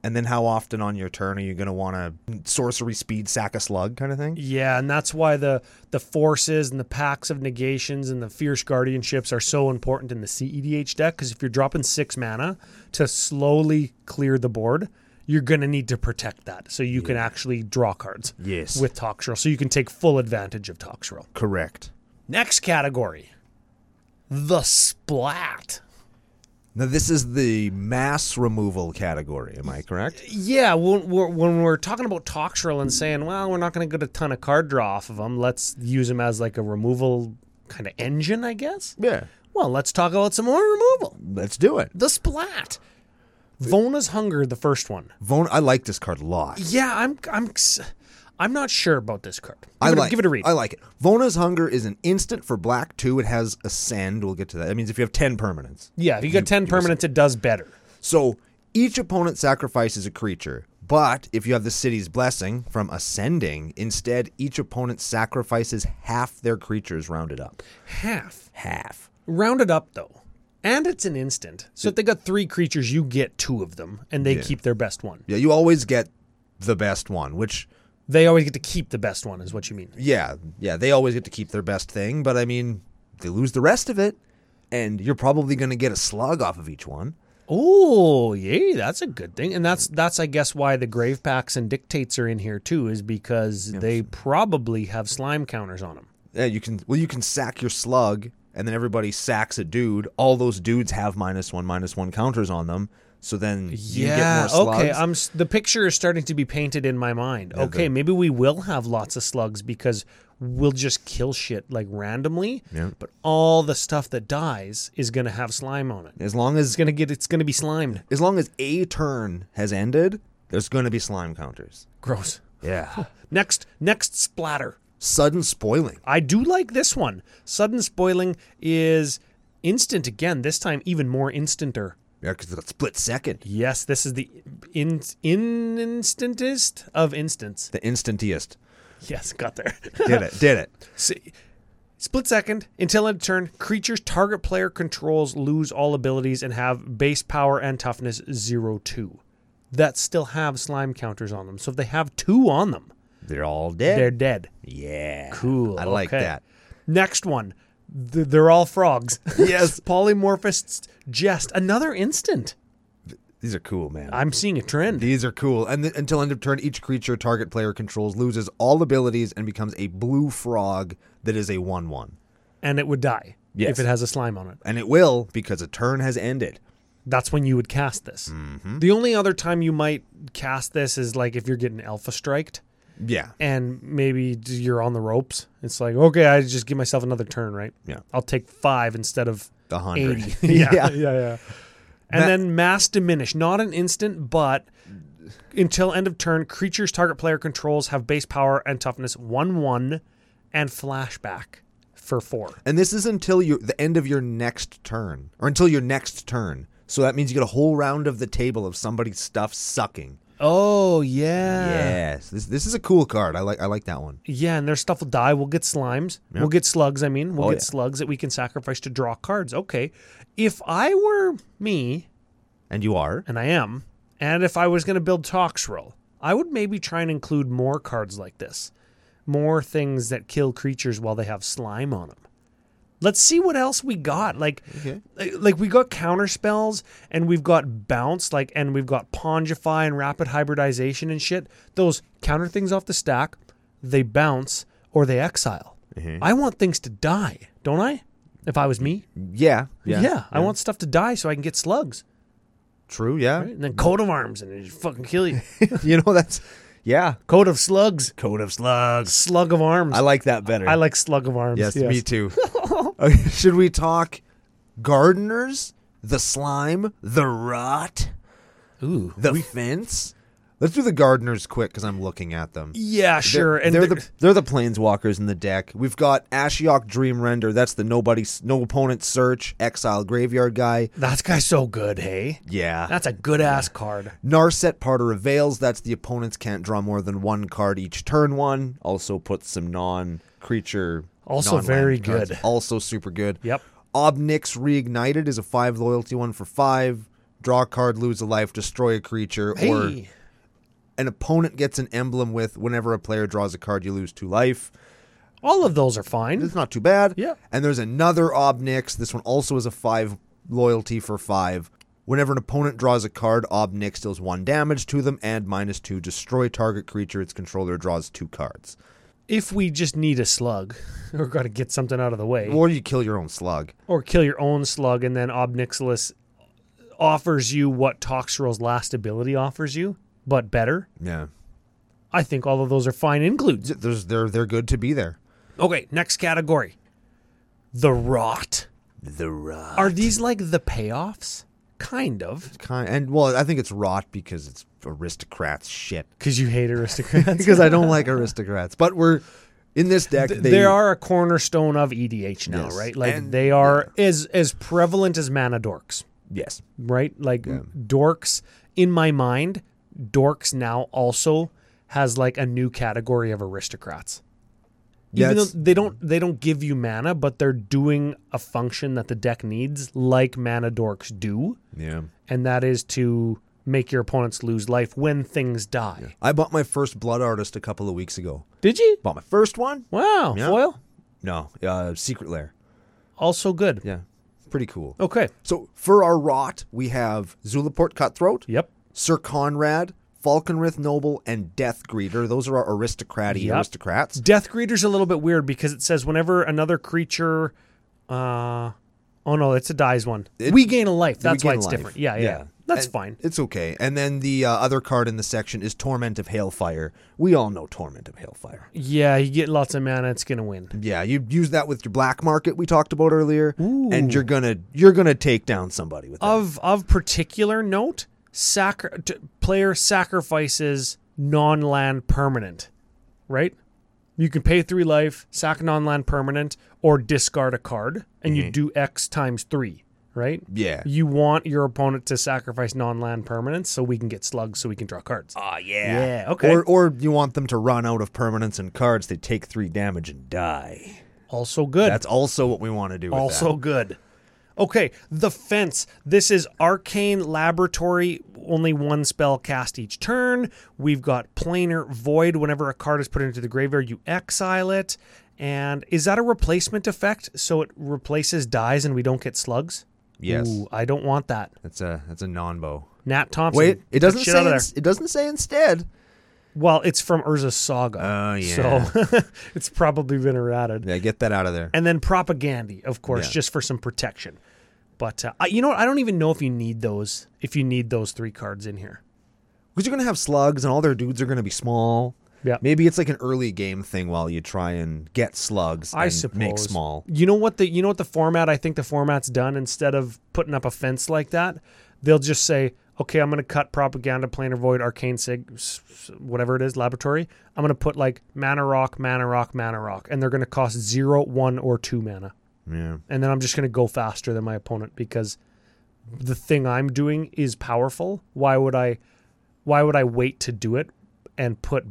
Speaker 1: And then how often on your turn are you gonna want to sorcery speed sack a slug kind of thing?
Speaker 2: Yeah, and that's why the the forces and the packs of negations and the fierce guardianships are so important in the CEDH deck. Because if you're dropping six mana to slowly clear the board, you're gonna need to protect that so you can actually draw cards.
Speaker 1: Yes,
Speaker 2: with Toxrill, so you can take full advantage of Toxrill.
Speaker 1: correct.
Speaker 2: Next category, the splat.
Speaker 1: Now this is the mass removal category. Am I correct?
Speaker 2: Yeah, when we're, when we're talking about Toxrill and saying, well, we're not going to get a ton of card draw off of them, let's use them as like a removal kind of engine, I guess.
Speaker 1: Yeah.
Speaker 2: Well, let's talk about some more removal.
Speaker 1: Let's do it.
Speaker 2: The splat. Vona's Hunger, the first one.
Speaker 1: Von, I like this card a lot.
Speaker 2: Yeah, I'm I'm s- I'm not sure about this card. Give
Speaker 1: I
Speaker 2: it a-
Speaker 1: like
Speaker 2: give it a read.
Speaker 1: I like it. Vona's Hunger is an instant for black two. It has ascend. We'll get to that. That means if you have ten permanents.
Speaker 2: yeah, if you got 10 permanents, it does better.
Speaker 1: So Each opponent sacrifices a creature, but if you have the city's blessing from ascending, instead each opponent sacrifices half their creatures rounded up.
Speaker 2: Half.
Speaker 1: Half.
Speaker 2: Rounded up though. And it's an instant. So if they got three creatures, you get two of them and they keep their best one.
Speaker 1: Yeah, you always get the best one, which
Speaker 2: They always get to keep the best one, is what you mean.
Speaker 1: yeah, yeah, they always get to keep their best thing, but I mean, they lose the rest of it and you're probably going to get a slug off of each one.
Speaker 2: Oh, yay, that's a good thing. And that's that's I guess why the grave packs and dictates are in here too, is because they probably have slime counters on them.
Speaker 1: Yeah, you can well you can sack your slug and then everybody sacks a dude. All those dudes have minus 1 minus 1 counters on them. So then you get more slugs.
Speaker 2: okay. I'm s- the picture is starting to be painted in my mind. okay, maybe we will have lots of slugs because we'll just kill shit like randomly.
Speaker 1: Yeah.
Speaker 2: But all the stuff that dies is gonna have slime on it. It's
Speaker 1: as long as
Speaker 2: gonna get. It's gonna be slimed.
Speaker 1: as long as a turn has ended, there's going to be slime counters.
Speaker 2: Gross. <laughs>
Speaker 1: Yeah.
Speaker 2: Next, next splatter.
Speaker 1: Sudden spoiling.
Speaker 2: I do like this one. Sudden spoiling is instant again. This time even more instanter.
Speaker 1: Yeah, because it's a split second.
Speaker 2: Yes, this is the in, in instantist of instants. <laughs>
Speaker 1: The instantiest.
Speaker 2: Yes, got there.
Speaker 1: Did it. Did it.
Speaker 2: See, split second until end of turn. Creatures target player controls lose all abilities and have base power and toughness zero two. That still have slime counters on them. So if they have two on them,
Speaker 1: They're all dead.
Speaker 2: they're dead.
Speaker 1: yeah.
Speaker 2: Cool.
Speaker 1: I like
Speaker 2: okay.
Speaker 1: that.
Speaker 2: Next one. Th- They're all frogs. <laughs>
Speaker 1: Yes.
Speaker 2: Polymorphist jest. Another instant.
Speaker 1: These are cool, man.
Speaker 2: I'm seeing a trend.
Speaker 1: These are cool. And the, until end of turn, each creature target player controls loses all abilities and becomes a blue frog that is a 1 1.
Speaker 2: And it would die
Speaker 1: Yes.
Speaker 2: if it has a slime on it.
Speaker 1: And it will because a turn has ended.
Speaker 2: that's when you would cast this.
Speaker 1: Mm-hmm.
Speaker 2: The only other time you might cast this is like if you're getting alpha striked
Speaker 1: Yeah.
Speaker 2: and maybe d- you're on the ropes. It's like, okay, I just give myself another turn, right?
Speaker 1: Yeah.
Speaker 2: I'll take five instead of
Speaker 1: The 100.
Speaker 2: 80. <laughs> yeah,
Speaker 1: <laughs> Yeah.
Speaker 2: yeah, yeah, And
Speaker 1: Ma-
Speaker 2: then mass diminish, not an instant, but until end of turn, creatures target player controls have base power and toughness 1 1 and flashback for 4.
Speaker 1: And this is until your the end of your next turn, or until your next turn. So that means you get a whole round of the table of somebody's stuff sucking.
Speaker 2: Oh, yeah.
Speaker 1: Yes, this this is a cool card. I like I like that one.
Speaker 2: Yeah, and their stuff will die. We'll get slimes. We'll get slugs, I mean. We'll
Speaker 1: Oh,
Speaker 2: get
Speaker 1: yeah.
Speaker 2: slugs that we can sacrifice to draw cards. Okay. If I were me,
Speaker 1: And you are
Speaker 2: and I am, and if I was going to build Toxrel, I would maybe try and include more cards like this. More things that kill creatures while they have slime on them. Let's see what else we got. Like, like- like we got counter spells, and we've got bounce, like, and we've got pongify and rapid hybridization and shit. Those counter things off the stack, they bounce or they exile.
Speaker 1: Mm-hmm.
Speaker 2: I want things to die, don't I? If I was me,
Speaker 1: yeah yeah,
Speaker 2: I want stuff to die so I can get slugs.
Speaker 1: true yeah.
Speaker 2: And then coat of arms, and it just fucking kill
Speaker 1: <laughs>
Speaker 2: you.
Speaker 1: you know that's yeah.
Speaker 2: coat of slugs,
Speaker 1: Code of slugs.
Speaker 2: slug of arms.
Speaker 1: I
Speaker 2: I,
Speaker 1: like that better.
Speaker 2: like slug of arms.
Speaker 1: yes, me <laughs> too. Okay, Should we talk gardeners, the slime, the rot,
Speaker 2: Ooh.
Speaker 1: the fence? Let's do the gardeners quick because I'm looking at them.
Speaker 2: Yeah, sure.
Speaker 1: They're,
Speaker 2: and
Speaker 1: they're
Speaker 2: they're-
Speaker 1: the they're the planeswalkers in the deck. We've got Ashiok Dream Render. That's the nobody, no opponent search exile graveyard guy.
Speaker 2: that guy's so good. Hey,
Speaker 1: Yeah.
Speaker 2: that's a good ass card.
Speaker 1: Narset Parter of Veils. That's the opponents can't draw more than one card each turn. One also puts some non-creature.
Speaker 2: Also
Speaker 1: non-land
Speaker 2: very
Speaker 1: cards.
Speaker 2: good.
Speaker 1: Also super good.
Speaker 2: Yep.
Speaker 1: Obnix Reignited is a five loyalty one for five. Draw a card, lose a life, destroy a creature, or
Speaker 2: Hey,
Speaker 1: an opponent gets an emblem with whenever a player draws a card, you lose two life.
Speaker 2: all of those are fine.
Speaker 1: It's not too bad.
Speaker 2: Yeah.
Speaker 1: And there's another Obnix. This one also is a five loyalty for five. Whenever an opponent draws a card, Obnix deals one damage to them and minus two. Destroy target creature. Its controller draws two cards.
Speaker 2: If we just need a slug, <laughs> we're gonna get something out of the way,
Speaker 1: Or you kill your own slug.
Speaker 2: or kill your own slug, and then Obnixilus offers you what Toxrel's last ability offers you, but better.
Speaker 1: Yeah.
Speaker 2: I think all of those are fine includes.
Speaker 1: There's, they're, they're good to be there.
Speaker 2: Okay, next category. The rot.
Speaker 1: The rot.
Speaker 2: Are these like the payoffs? Kind of.
Speaker 1: Kind, and, well, I think it's rot because it's aristocrats
Speaker 2: <laughs>
Speaker 1: shit.
Speaker 2: Because you hate aristocrats.
Speaker 1: Because I don't like aristocrats. But we're in this deck.
Speaker 2: <laughs> they,
Speaker 1: they,
Speaker 2: are a cornerstone of EDH now,
Speaker 1: Yes.
Speaker 2: right? Like
Speaker 1: And-
Speaker 2: they are as as prevalent as mana dorks.
Speaker 1: Yes.
Speaker 2: right? Like dorks in my mind, dorks now also has like a new category of aristocrats.
Speaker 1: Yeah,
Speaker 2: Even though
Speaker 1: it's-
Speaker 2: they don't they don't give you mana, but they're doing a function that the deck needs, like mana dorks do,
Speaker 1: Yeah.
Speaker 2: and that is to make your opponents lose life when things die.
Speaker 1: I bought my first Blood Artist a couple of weeks ago.
Speaker 2: Did you?
Speaker 1: Bought my first one?
Speaker 2: Wow,
Speaker 1: Yeah.
Speaker 2: foil
Speaker 1: No, uh, Secret Lair.
Speaker 2: also good.
Speaker 1: Yeah. Pretty cool.
Speaker 2: Okay.
Speaker 1: So for our rot, we have Zulaport Cutthroat,
Speaker 2: Yep.
Speaker 1: Sir Conrad, Falconrith Noble, and Death Greeter. Those are our aristocraty
Speaker 2: Yep.
Speaker 1: aristocrats.
Speaker 2: Death Greeter's a little bit weird because it says whenever another creature, uh, oh no, it's a dies one. we gain a life. That's
Speaker 1: We
Speaker 2: why
Speaker 1: gain
Speaker 2: it's
Speaker 1: life.
Speaker 2: different. Yeah, yeah, yeah. that's
Speaker 1: And
Speaker 2: fine.
Speaker 1: It's okay. And then the uh, other card in the section is Torment of Hailfire. We all know Torment of Hailfire.
Speaker 2: Yeah, you get lots of mana, it's gonna win.
Speaker 1: Yeah, you use that with your black market we talked about earlier,
Speaker 2: Ooh. Oh,
Speaker 1: and you're gonna you're gonna take down somebody with that.
Speaker 2: Of of particular note, sacri- t- player sacrifices non-land permanent, right? You can pay three life, sack a non-land permanent, or discard a card, and you do X times three, right?
Speaker 1: yeah.
Speaker 2: You want your opponent to sacrifice non-land permanents so we can get slugs, so we can draw cards.
Speaker 1: Oh
Speaker 2: Yeah, okay.
Speaker 1: Or or you want them to run out of permanents and cards. They take three damage and die.
Speaker 2: Also good.
Speaker 1: That's also what we want to do. With
Speaker 2: also good. Okay, the fence. This is arcane laboratory. Only one spell cast each turn. We've got planar void. Whenever a card is put into the graveyard, you exile it. And is that a replacement effect? So it replaces dies, and we don't get slugs.
Speaker 1: that. yes,
Speaker 2: Ooh, I don't want that.
Speaker 1: that's a that's a non-bow.
Speaker 2: Nat Thompson.
Speaker 1: Wait, it
Speaker 2: get
Speaker 1: doesn't
Speaker 2: shit out
Speaker 1: say
Speaker 2: of there.
Speaker 1: ins- it doesn't say instead.
Speaker 2: Well, it's from Urza's Saga.
Speaker 1: Oh, yeah.
Speaker 2: So <laughs> it's probably been errated.
Speaker 1: Yeah, get that out of there.
Speaker 2: and then propaganda, of course, just for some protection. But uh, I- you know what? I don't even know if you need those. If you need those three cards in here,
Speaker 1: Because you're gonna have slugs, and all their dudes are gonna be small.
Speaker 2: Yeah.
Speaker 1: Maybe it's like an early game thing while you try and get slugs
Speaker 2: I
Speaker 1: and
Speaker 2: suppose.
Speaker 1: make small.
Speaker 2: You know what the you know what the format? I think the format's done. Instead of putting up a fence like that, they'll just say, "Okay, I'm going to cut propaganda, planar void, arcane sig, s- s- whatever it is, laboratory. I'm going to put like mana rock, mana rock, mana rock, and they're going to cost zero, one, or two mana."
Speaker 1: Yeah.
Speaker 2: and then I'm just going to go faster than my opponent because the thing I'm doing is powerful. Why would I why would I wait to do it and put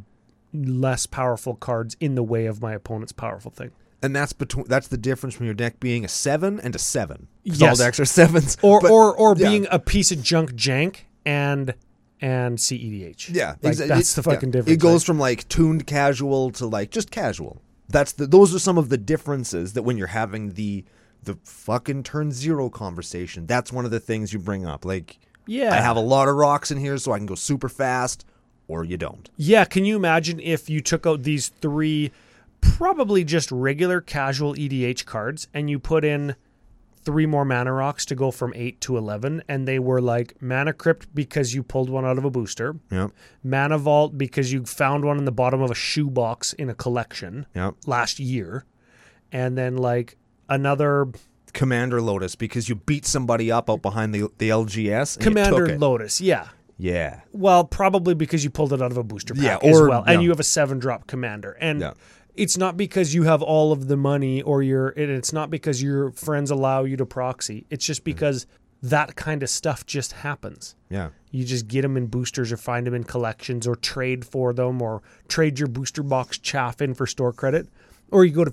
Speaker 2: less powerful cards in the way of my opponent's powerful thing?
Speaker 1: and that's between that's the difference from your deck being a seven and a seven. 'Cause
Speaker 2: Yes.
Speaker 1: all decks are <laughs> sevens.
Speaker 2: Or
Speaker 1: but-
Speaker 2: or or
Speaker 1: yeah.
Speaker 2: being a piece of junk jank and and CEDH.
Speaker 1: yeah,
Speaker 2: Like,
Speaker 1: exa-
Speaker 2: that's
Speaker 1: it-
Speaker 2: the
Speaker 1: yeah.
Speaker 2: fucking difference.
Speaker 1: It goes from like tuned casual to like just casual. That's the those are some of the differences that when you're having the the fucking turn zero conversation, that's one of the things you bring up. Like,
Speaker 2: Yeah.
Speaker 1: I have a lot of rocks in here, so I can go super fast, or you don't.
Speaker 2: Yeah, can you imagine if you took out these three probably just regular casual EDH cards and you put in three more mana rocks to go from 8 to 11 and they were like mana crypt because you pulled one out of a booster,
Speaker 1: Yep,
Speaker 2: mana vault because you found one in the bottom of a shoebox in a collection
Speaker 1: yep.
Speaker 2: last year, and then like another
Speaker 1: Commander Lotus because you beat somebody up out behind the the LGS. and you took
Speaker 2: commander
Speaker 1: it.
Speaker 2: lotus. Yeah.
Speaker 1: yeah,
Speaker 2: Well, probably because you pulled it out of a booster
Speaker 1: Yeah,
Speaker 2: pack as
Speaker 1: or-
Speaker 2: well, and
Speaker 1: yeah.
Speaker 2: you have a seven drop commander, and
Speaker 1: Yeah.
Speaker 2: it's not because you have all of the money or your, and it's not because your friends allow you to proxy. It's just because that kind of stuff just happens.
Speaker 1: yeah.
Speaker 2: You just get them in boosters or find them in collections or trade for them or trade your booster box chaff in for store credit. Or you go to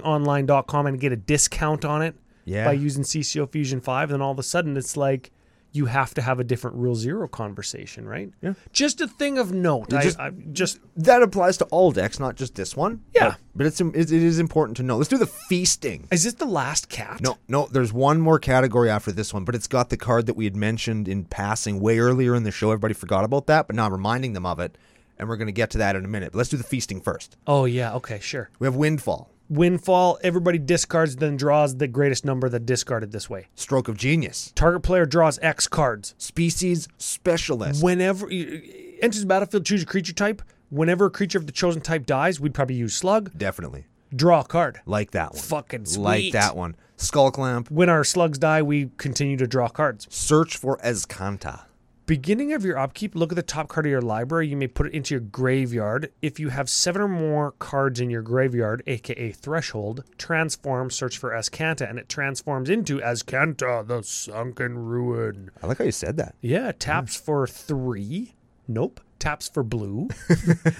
Speaker 2: fusiongamingonline.com and get a discount on it
Speaker 1: Yeah.
Speaker 2: by using CCO Fusion 5. Then all of a sudden it's like you have to have a different Rule Zero conversation, right?
Speaker 1: Yeah.
Speaker 2: Just a thing of note. I
Speaker 1: just-
Speaker 2: I, just
Speaker 1: that applies to all decks, not just this one.
Speaker 2: Yeah.
Speaker 1: but, but it's it is important to know. Let's do the feasting.
Speaker 2: Is this the last cat?
Speaker 1: No, no, there's one more category after this one, but it's got the card that we had mentioned in passing way earlier in the show. Everybody forgot about that, but now I'm reminding them of it, and we're going to get to that in a minute. But let's do the feasting first.
Speaker 2: Oh, yeah. Okay, sure.
Speaker 1: We have Windfall,
Speaker 2: Windfall, everybody discards, then draws the greatest number that discarded this way.
Speaker 1: Stroke of Genius,
Speaker 2: Target player draws X cards.
Speaker 1: Species Specialist.
Speaker 2: whenever you- enters the battlefield, choose a creature type. Whenever a creature of the chosen type dies, we'd probably use slug,
Speaker 1: Definitely
Speaker 2: draw a card.
Speaker 1: like that one.
Speaker 2: Fucking sweet.
Speaker 1: Like that one. Skull Clamp,
Speaker 2: When our slugs die, we continue to draw cards.
Speaker 1: Search for Ezkanta.
Speaker 2: beginning of your upkeep, look at the top card of your library. You may put it into your graveyard. If you have seven or more cards in your graveyard, aka Threshold, transform, search for Ascanta, and it transforms into Ascanta, the Sunken Ruin.
Speaker 1: I like how you said that.
Speaker 2: Yeah, taps for three. Nope. Taps for
Speaker 1: <laughs>
Speaker 2: blue.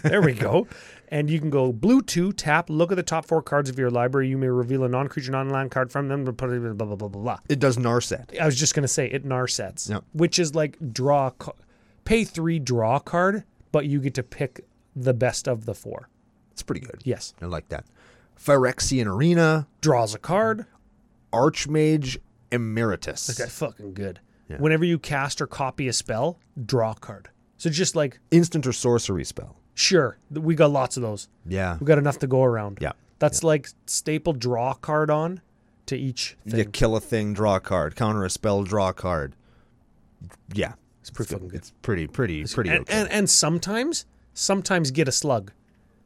Speaker 2: there we go. And you can go blue two, tap, look at the top four cards of your library. You may reveal a non creature, non land card from them, but put it blah, blah, blah, blah, blah.
Speaker 1: It does Narset.
Speaker 2: I was just gonna say it narsets,
Speaker 1: Yep.
Speaker 2: which is like draw, a ca- pay three, draw a card, but you get to pick the best of the four.
Speaker 1: It's pretty good.
Speaker 2: Yes,
Speaker 1: I like that. Phyrexian Arena,
Speaker 2: draws a card.
Speaker 1: Archmage Emeritus.
Speaker 2: That's fucking good. Whenever you cast or copy a spell, draw a card. So just like
Speaker 1: Instant or sorcery spell.
Speaker 2: sure, th- we got lots of those.
Speaker 1: Yeah.
Speaker 2: We got enough to go around.
Speaker 1: Yeah.
Speaker 2: that's like staple draw a card on to each
Speaker 1: You
Speaker 2: thing.
Speaker 1: kill a thing, draw a card. Counter a spell, draw a card. Yeah. It's
Speaker 2: pretty fucking good.
Speaker 1: It's pretty, pretty, pretty
Speaker 2: And,
Speaker 1: okay.
Speaker 2: and and sometimes sometimes get a slug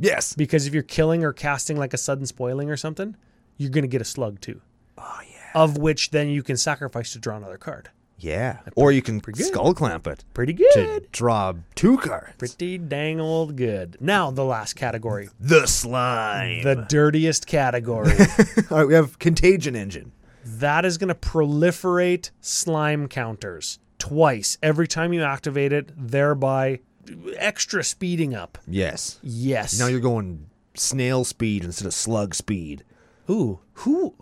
Speaker 1: yes.
Speaker 2: because if you're killing or casting like a sudden spoiling or something, you're gonna get a slug too. Oh yeah. Of which then you can sacrifice to draw another card.
Speaker 1: Yeah. Or you can
Speaker 2: good.
Speaker 1: skull clamp it
Speaker 2: Pretty
Speaker 1: to
Speaker 2: good.
Speaker 1: draw two cards.
Speaker 2: Pretty dang old good. Now the last category,
Speaker 1: The slime.
Speaker 2: the dirtiest category.
Speaker 1: <laughs> All right, we have Contagion Engine.
Speaker 2: that is gonna proliferate slime counters twice every time you activate it, thereby extra speeding up.
Speaker 1: Yes.
Speaker 2: Yes.
Speaker 1: Now you're going snail speed instead of slug speed.
Speaker 2: Ooh, who?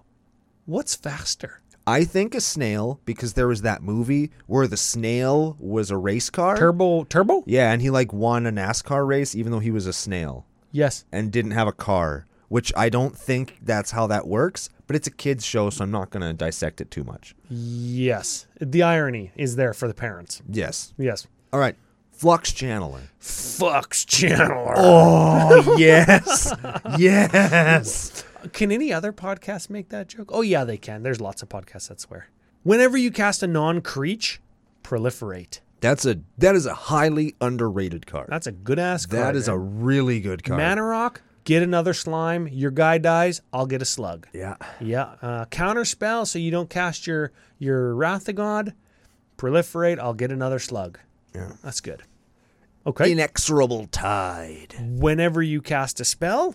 Speaker 2: What's faster?
Speaker 1: I think a snail because there was that movie where the snail was a race car.
Speaker 2: Turbo? Turbo?
Speaker 1: yeah, and he like won a NASCAR race even though he was a snail
Speaker 2: Yes.
Speaker 1: and didn't have a car, which I don't think that's how that works, but it's a kids show so I'm not going to dissect it too much.
Speaker 2: Yes. The irony is there for the parents.
Speaker 1: Yes.
Speaker 2: Yes.
Speaker 1: All right. Flux channeler.
Speaker 2: Fucks Chandler.
Speaker 1: Oh, yes. yes.
Speaker 2: Can any other podcast make that joke? Oh yeah, they can. There's lots of podcasts that swear. Whenever you cast a non-creature, proliferate.
Speaker 1: That's a that is a highly underrated card.
Speaker 2: That's a good ass card.
Speaker 1: That is a really good card.
Speaker 2: mana rock. Get another slime. Your guy dies. I'll get a slug.
Speaker 1: yeah.
Speaker 2: Yeah. Uh, counter spell, so you don't cast your your wrath of god. Proliferate. I'll get another slug.
Speaker 1: Yeah.
Speaker 2: That's good. Okay.
Speaker 1: Inexorable tide.
Speaker 2: Whenever you cast a spell,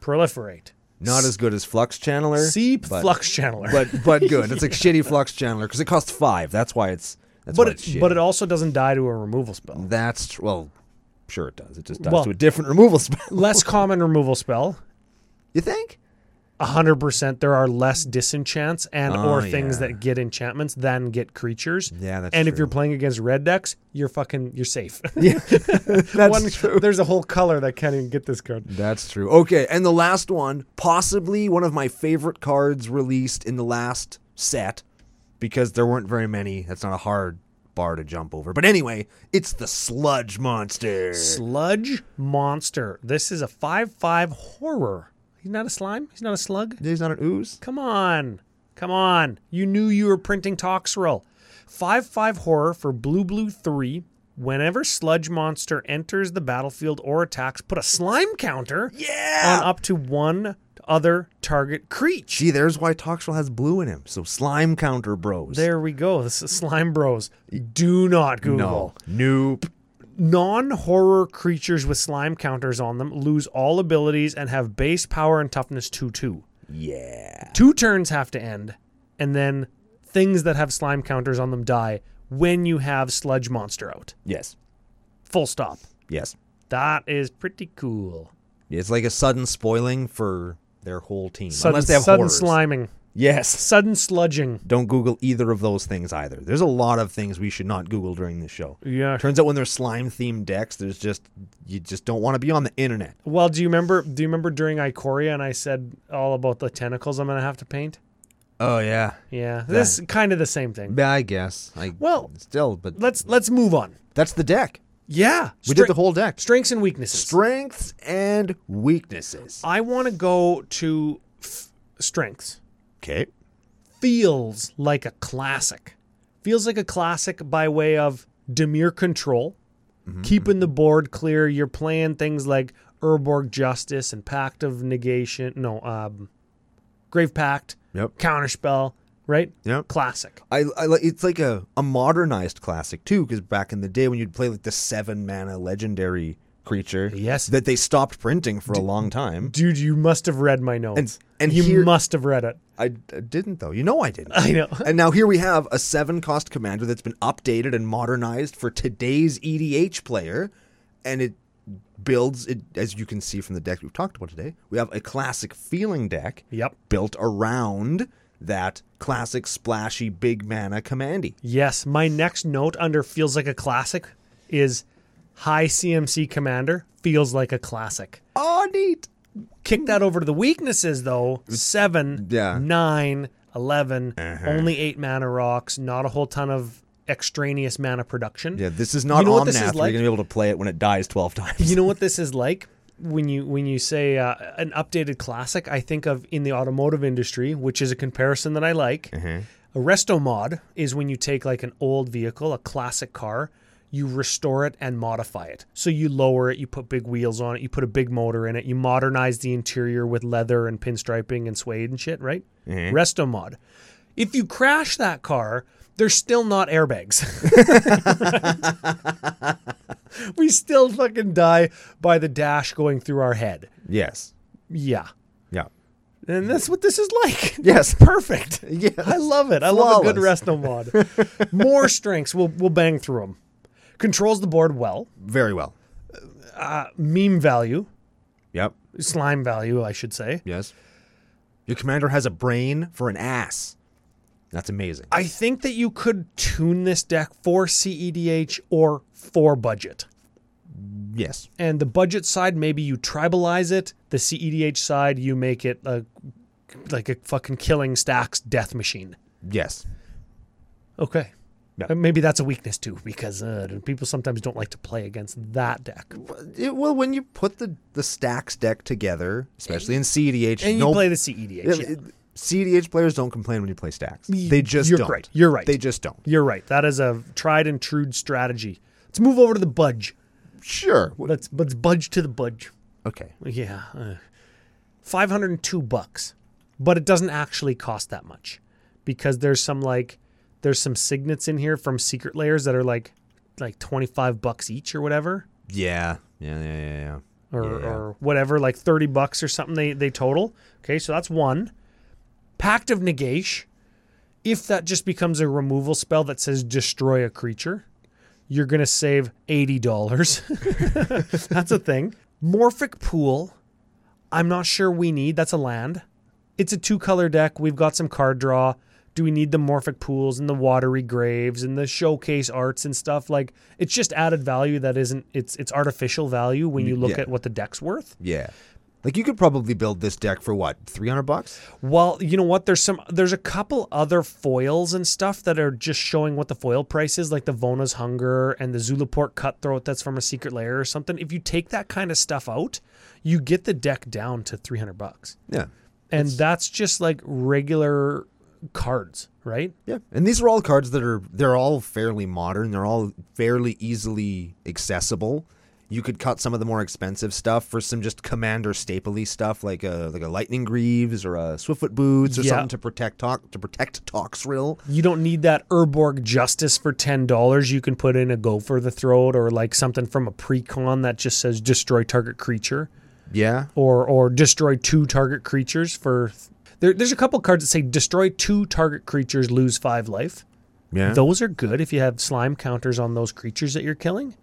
Speaker 2: proliferate.
Speaker 1: Not as good as Flux Channeler.
Speaker 2: See
Speaker 1: but,
Speaker 2: flux channeler.
Speaker 1: but but good. It's like shitty Flux Channeler because it costs five. That's why it's that's
Speaker 2: <laughs> But
Speaker 1: why it's
Speaker 2: it, but
Speaker 1: shitty.
Speaker 2: it also doesn't die to a removal spell.
Speaker 1: that's tr- well, sure it does. It just dies
Speaker 2: Well-
Speaker 1: to a different removal
Speaker 2: <laughs>
Speaker 1: spell. <laughs>
Speaker 2: Less common removal spell.
Speaker 1: You think?
Speaker 2: hundred percent. There are less disenchants and
Speaker 1: Oh,
Speaker 2: or things
Speaker 1: yeah.
Speaker 2: that get enchantments than get creatures.
Speaker 1: Yeah, that's
Speaker 2: and if
Speaker 1: true.
Speaker 2: you're playing against red decks, you're fucking you're safe. <laughs>
Speaker 1: That's
Speaker 2: One-
Speaker 1: true.
Speaker 2: There's a whole color that can't even get this card.
Speaker 1: That's true. Okay, and the last one, possibly one of my favorite cards released in the last set, because there weren't very many. That's not a hard bar to jump over. But anyway, it's the Sludge Monster.
Speaker 2: Sludge monster. This is a five-five horror. He's not a slime. He's not a slug.
Speaker 1: He's not an ooze.
Speaker 2: Come on. Come on. You knew you were printing Toxrel. 5 5 horror for Blue Blue 3. Whenever Sludge Monster enters the battlefield or attacks, put a slime counter
Speaker 1: Yeah.
Speaker 2: on up to one other target creature.
Speaker 1: Gee, there's why Toxtrel has blue in him. So slime counter bros.
Speaker 2: There we go. This is Slime Bros. Do not Google.
Speaker 1: no. Nope.
Speaker 2: Non horror creatures with slime counters on them lose all abilities and have base power and toughness 2 2.
Speaker 1: Yeah.
Speaker 2: two turns have to end, and then things that have slime counters on them die when you have Sludge Monster out.
Speaker 1: Yes.
Speaker 2: Full stop.
Speaker 1: Yes.
Speaker 2: That is pretty cool.
Speaker 1: It's like a sudden spoiling for their whole team.
Speaker 2: Sudden,
Speaker 1: Unless they have
Speaker 2: sudden
Speaker 1: horrors.
Speaker 2: sliming,
Speaker 1: Yes.
Speaker 2: sudden sludging.
Speaker 1: Don't Google either of those things either. There's a lot of things we should not Google during this show.
Speaker 2: Yeah.
Speaker 1: Turns out when there's slime themed decks, there's just you just don't want to be on the internet.
Speaker 2: Well, do you remember? Do you remember during Ikoria and I said all about the tentacles I'm gonna have to paint?
Speaker 1: Oh yeah.
Speaker 2: Yeah, this kind of the same thing.
Speaker 1: Yeah, I guess. I
Speaker 2: Well-
Speaker 1: still, but
Speaker 2: Let's let's move on.
Speaker 1: that's the deck.
Speaker 2: Yeah,
Speaker 1: We
Speaker 2: Stre-
Speaker 1: did the whole deck.
Speaker 2: strengths and weaknesses.
Speaker 1: Strengths and weaknesses.
Speaker 2: I want to go to f- strengths.
Speaker 1: Okay.
Speaker 2: feels like a classic. Feels like a classic by way of demure control,
Speaker 1: Mm-hmm,
Speaker 2: keeping the board clear. You're playing things like Urborg Justice and Pact of Negation, no, um, Grave Pact,
Speaker 1: Yep.
Speaker 2: Counterspell, right?
Speaker 1: Yeah.
Speaker 2: Classic.
Speaker 1: I, I li- it's like a, a modernized classic too, because back in the day when you'd play like the seven mana legendary creature,
Speaker 2: Yes.
Speaker 1: that they stopped printing for a long time.
Speaker 2: Dude, you must have read my notes.
Speaker 1: And- and
Speaker 2: you
Speaker 1: here-
Speaker 2: must have read it.
Speaker 1: I, I didn't though. You know I didn't.
Speaker 2: I know.
Speaker 1: and now here we have a seven cost commander that's been updated and modernized for today's EDH player, and it builds it as you can see from the deck we've talked about today. We have a classic feeling deck
Speaker 2: Yep.
Speaker 1: built around that classic splashy big mana commandy.
Speaker 2: Yes. My next note under feels like a classic is high CMC commander feels like a classic.
Speaker 1: Oh, neat.
Speaker 2: Kick that over to the weaknesses though. Seven,
Speaker 1: Yeah. Uh-huh.
Speaker 2: nine, 11, only eight mana rocks, not a whole ton of extraneous mana production.
Speaker 1: Yeah, this is not
Speaker 2: You know
Speaker 1: Omnath.
Speaker 2: what this is
Speaker 1: where
Speaker 2: like?
Speaker 1: You're gonna be able to play it when it dies twelve times.
Speaker 2: You know what this is like when you when you say uh, an updated classic. I think of in the automotive industry, which is a comparison that I like. A resto mod is when you take like an old vehicle, a classic car, you restore it and modify it. So you lower it, you put big wheels on it, you put a big motor in it, you modernize the interior with leather and pinstriping and suede and shit, right? Resto mod. If you crash that car, there's still not airbags. <laughs> we still fucking die by the dash going through our head.
Speaker 1: Yes.
Speaker 2: Yeah.
Speaker 1: Yeah.
Speaker 2: And that's what this is like. <laughs>
Speaker 1: Yes.
Speaker 2: Perfect.
Speaker 1: <laughs> Yes.
Speaker 2: I love it. I love a good
Speaker 1: Flawless.
Speaker 2: resto
Speaker 1: <laughs>
Speaker 2: mod. More strengths. We'll, we'll bang through them. Controls the board well.
Speaker 1: Very well.
Speaker 2: Meme value.
Speaker 1: Yep.
Speaker 2: Slime value, I should say.
Speaker 1: Yes. Your commander has a brain for an ass. That's amazing.
Speaker 2: I think that you could tune this deck for CEDH or for budget.
Speaker 1: Yes.
Speaker 2: and the budget side maybe you tribalize it the cedh side you make it a, like a fucking killing stacks death machine
Speaker 1: Yes.
Speaker 2: okay
Speaker 1: Yeah.
Speaker 2: Uh, maybe that's a weakness too because uh, people sometimes don't like to play against that deck
Speaker 1: It, well, when you put the, the stacks deck together, especially in CDH,
Speaker 2: and you
Speaker 1: no,
Speaker 2: play the cedh
Speaker 1: it-
Speaker 2: yeah.
Speaker 1: it- CDH players don't complain when you play stacks. They just
Speaker 2: you're
Speaker 1: don't.
Speaker 2: right. You're right.
Speaker 1: They just don't.
Speaker 2: you're right that is a tried and true strategy let's move over to the budge
Speaker 1: Sure. W-
Speaker 2: let's let's budge to the budge
Speaker 1: Okay.
Speaker 2: yeah uh, 502 bucks but it doesn't actually cost that much because there's some like there's some signets in here from secret layers that are like like 25 bucks each or whatever
Speaker 1: Yeah. Yeah. Yeah. Yeah. yeah.
Speaker 2: or,
Speaker 1: Yeah.
Speaker 2: or whatever like 30 bucks or something they they total okay so that's one pact of negation if that just becomes a removal spell that says destroy a creature you're going to save $80 <laughs> that's a thing morphic pool i'm not sure we need that's a land it's a two color deck we've got some card draw do we need the morphic pools and the watery graves and the showcase arts and stuff like it's just added value that isn't it's it's artificial value when you look
Speaker 1: yeah.
Speaker 2: at what the deck's worth
Speaker 1: Yeah. Like you could probably build this deck for what, three hundred bucks?
Speaker 2: Well, you know what? There's some. There's a couple other foils and stuff that are just showing what the foil price is, like the Vona's Hunger and the Zulaport Cutthroat that's from a secret layer or something. If you take that kind of stuff out, you get the deck down to three hundred bucks,
Speaker 1: Yeah.
Speaker 2: and that's just like regular cards, right?
Speaker 1: Yeah, and these are all cards that are they're all fairly modern. They're all fairly easily accessible. You could cut some of the more expensive stuff for some just commander stapley stuff, like a like a lightning greaves or a swiftfoot boots or
Speaker 2: Yeah.
Speaker 1: something to protect talk to protect Toxrill.
Speaker 2: You don't need that Urborg Justice for ten dollars. You can put in a Go for the Throat or like something from a precon that just says destroy target creature.
Speaker 1: Yeah,
Speaker 2: or or destroy two target creatures for there, there's a couple cards that say destroy two target creatures lose five life
Speaker 1: yeah,
Speaker 2: those are good if you have slime counters on those creatures that you're killing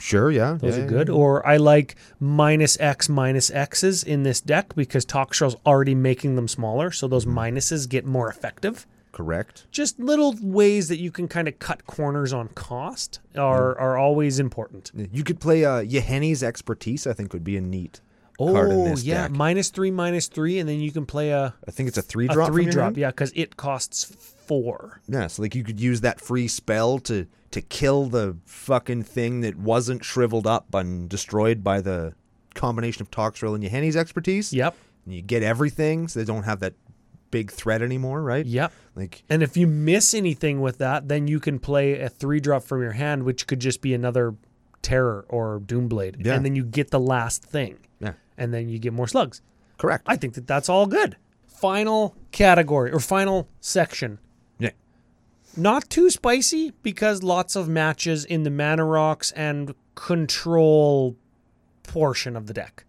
Speaker 1: sure, yeah,
Speaker 2: those
Speaker 1: yeah,
Speaker 2: are good or i like minus x minus x's in this deck because toxtrel's already making them smaller so those minuses get more effective
Speaker 1: Correct.
Speaker 2: just little ways that you can kind of cut corners on cost are
Speaker 1: Mm.
Speaker 2: are always important
Speaker 1: You could play uh, Yeheni's expertise. I think would be a neat card in this
Speaker 2: Oh, yeah
Speaker 1: deck.
Speaker 2: minus three minus three and then you can play a
Speaker 1: I think it's a three
Speaker 2: a
Speaker 1: drop. from
Speaker 2: three
Speaker 1: your
Speaker 2: drop,
Speaker 1: hand?
Speaker 2: yeah, because it costs four.
Speaker 1: Yeah, so like you could use that free spell to to kill the fucking thing that wasn't shriveled up and destroyed by the combination of Toxrill and Yeheni's expertise.
Speaker 2: Yep,
Speaker 1: And you get everything, so they don't have that big threat anymore, right?
Speaker 2: yep.
Speaker 1: Like
Speaker 2: And if you miss anything with that, then you can play a three drop from your hand, which could just be another terror or doomblade,
Speaker 1: Yeah.
Speaker 2: and then you get the last thing,
Speaker 1: Yeah.
Speaker 2: and then you get more slugs.
Speaker 1: Correct.
Speaker 2: I think that that's all good. Final category or final section: Not too spicy because lots of matches in the mana rocks and control portion of the deck.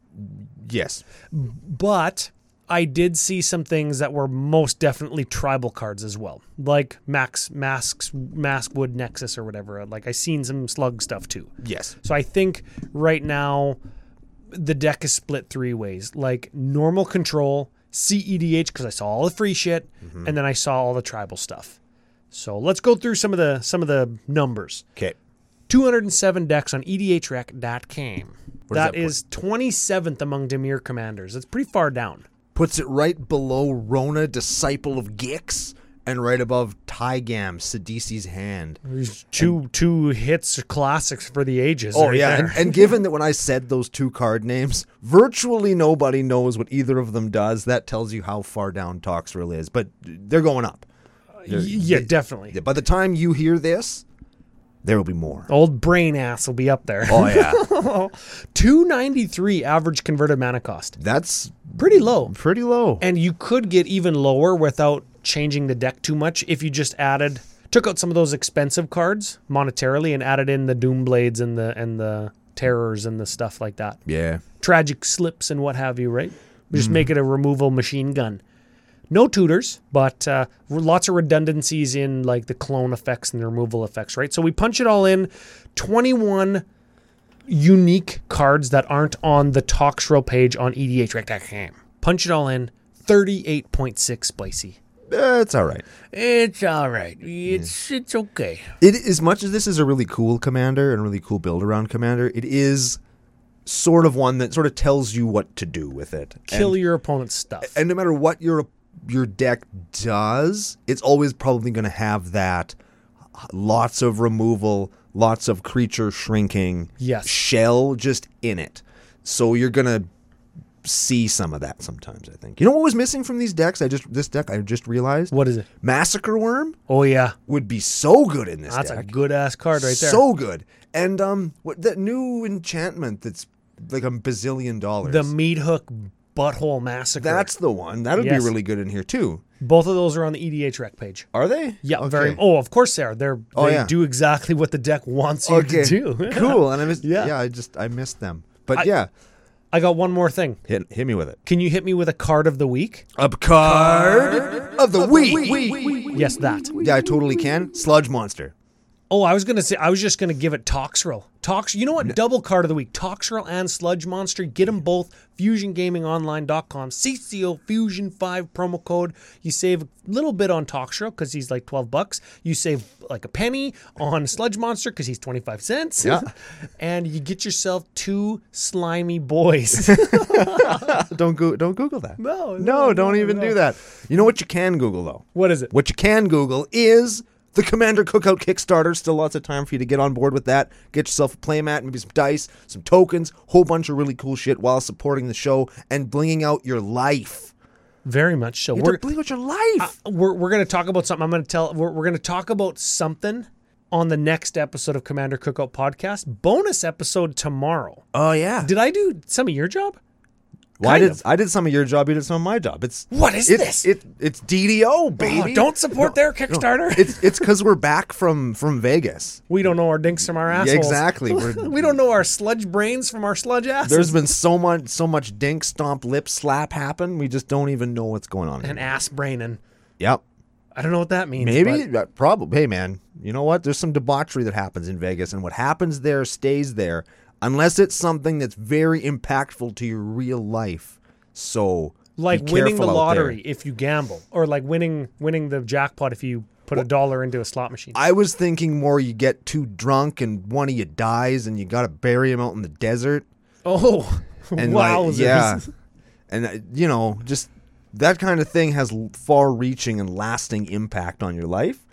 Speaker 1: Yes.
Speaker 2: But I did see some things that were most definitely tribal cards as well, like Max Masks Maskwood Nexus or whatever. Like I seen some slug stuff too.
Speaker 1: Yes.
Speaker 2: So I think right now the deck is split three ways like normal control, E CEDH, because I saw all the free shit,
Speaker 1: Mm-hmm.
Speaker 2: and then I saw all the tribal stuff. So let's go through some of the some of the numbers.
Speaker 1: Okay.
Speaker 2: 207 decks on E EDHREC.com.
Speaker 1: What does that
Speaker 2: That
Speaker 1: put?
Speaker 2: is 27th among Demir commanders. It's pretty far down.
Speaker 1: Puts it right below Rona, Disciple of Gix, and right above Tygam, Sadisi's hand.
Speaker 2: Two two hits classics for the ages.
Speaker 1: Oh
Speaker 2: right
Speaker 1: yeah, and, <laughs>
Speaker 2: there.
Speaker 1: and given
Speaker 2: <laughs>
Speaker 1: that when I said those two card names, virtually nobody knows what either of them does. That tells you how far down Toxrill is. But they're going up.
Speaker 2: Y- yeah, definitely.
Speaker 1: By the time you hear this, there will be more.
Speaker 2: Old brain ass will be up there.
Speaker 1: Oh
Speaker 2: <laughs>
Speaker 1: yeah,
Speaker 2: 293 average converted mana cost.
Speaker 1: <laughs> that's
Speaker 2: Pretty low.
Speaker 1: pretty low.
Speaker 2: And you could get even lower without changing the deck too much if you just added took out some of those expensive cards monetarily and added in the doom blades and the and the terrors and the stuff like that.
Speaker 1: Yeah.
Speaker 2: tragic slips and what have you, right? Just make it a removal machine gun. No tutors, but uh, re- lots of redundancies in like the clone effects and the removal effects, right? So we punch it all in. 21 unique cards that aren't on the talk show page on E edhrec.com. Punch it all in. 38.6 spicy.
Speaker 1: Eh, it's all right.
Speaker 2: It's all right. It's it's okay.
Speaker 1: It as much as this is a really cool commander and a really cool build around commander, it is sort of one that sort of tells you what to do with it.
Speaker 2: Kill
Speaker 1: and,
Speaker 2: your opponent's stuff.
Speaker 1: and no matter what your your deck does, it's always probably going to have that uh, lots of removal, lots of creature shrinking,
Speaker 2: Yes.
Speaker 1: shell just in it. So you're going to see some of that sometimes, I think. You know what was missing from these decks? I just this deck I just realized
Speaker 2: What is it?
Speaker 1: Massacre Worm
Speaker 2: Oh yeah,
Speaker 1: would be so good in this
Speaker 2: that's
Speaker 1: deck.
Speaker 2: a good ass card right there.
Speaker 1: So good. And um, what that new enchantment that's like a bazillion dollars.
Speaker 2: The meat hook butthole massacre.
Speaker 1: that's the one. That would
Speaker 2: Yes.
Speaker 1: be really good in here too.
Speaker 2: both of those are on the EDH rec page.
Speaker 1: Are they?
Speaker 2: Yeah,
Speaker 1: Okay.
Speaker 2: very. Oh, of course they are. They're
Speaker 1: Oh,
Speaker 2: they
Speaker 1: yeah.
Speaker 2: do exactly what the deck wants you
Speaker 1: okay.
Speaker 2: to do. <laughs>
Speaker 1: cool. And I missed.
Speaker 2: Yeah.
Speaker 1: Yeah. I just I missed them. But yeah,
Speaker 2: I got one more thing.
Speaker 1: hit hit me with it.
Speaker 2: Can you hit me with a card of the week?
Speaker 1: A card of the week.
Speaker 2: Yes, that.
Speaker 1: Yeah, I totally can. Sludge monster.
Speaker 2: Oh, I was gonna say. I was just gonna give it Toxrel. Tox. You know what? Double card of the week. Toxrel and Sludge Monster. Get them both. FusionGamingOnline.com. CCO Fusion Five promo code. You save a little bit on Toxrel because he's like twelve bucks. You save like a penny on Sludge Monster because he's twenty five cents.
Speaker 1: Yeah.
Speaker 2: <laughs> and you get yourself two slimy boys. <laughs>
Speaker 1: Don't go. Don't Google that.
Speaker 2: No,
Speaker 1: No.
Speaker 2: no,
Speaker 1: don't
Speaker 2: no,
Speaker 1: even
Speaker 2: no.
Speaker 1: do that. You know what you can Google though.
Speaker 2: What is it?
Speaker 1: What you can Google is the Commander Cookout Kickstarter. Still lots of time for you to get on board with that. Get yourself a playmat, maybe some dice, some tokens, whole bunch of really cool shit while supporting the show and blinging out your life.
Speaker 2: Very much so.
Speaker 1: You
Speaker 2: We're-
Speaker 1: have to bling out your life.
Speaker 2: we're, we're going to talk about something. I'm going to tell, we're, we're going to talk about something on the next episode of Commander Cookout Podcast. Bonus episode tomorrow.
Speaker 1: oh yeah.
Speaker 2: Did I do some of your job?
Speaker 1: Why
Speaker 2: kind
Speaker 1: did
Speaker 2: of.
Speaker 1: I did some of your job? You did some of my job. It's
Speaker 2: What is
Speaker 1: it's,
Speaker 2: this?
Speaker 1: It, it's DDO baby.
Speaker 2: Oh, don't support their
Speaker 1: No,
Speaker 2: Kickstarter.
Speaker 1: it's it's because we're back from from Vegas.
Speaker 2: we don't know our dinks from our assholes. <laughs>
Speaker 1: exactly. We're-
Speaker 2: we don't know our sludge brains from our sludge asses.
Speaker 1: There's been so much so much dink stomp lip slap happen. We just don't even know what's going on.
Speaker 2: an ass brain, and
Speaker 1: Yep.
Speaker 2: I don't know what that means.
Speaker 1: Maybe,
Speaker 2: but-
Speaker 1: probably. Hey, man, you know what? There's some debauchery that happens in Vegas, and what happens there stays there, unless it's something that's very impactful to your real life. So, be
Speaker 2: like winning the
Speaker 1: careful out there.
Speaker 2: lottery if you gamble, or like winning winning the jackpot if you put a dollar into a slot machine.
Speaker 1: I was thinking more. You get too drunk, and one of you dies, and you got to bury him out in the desert.
Speaker 2: oh, <laughs>
Speaker 1: And
Speaker 2: wow!
Speaker 1: like, yeah, and uh, you know, just that kind of thing has l- far-reaching and lasting impact on your life.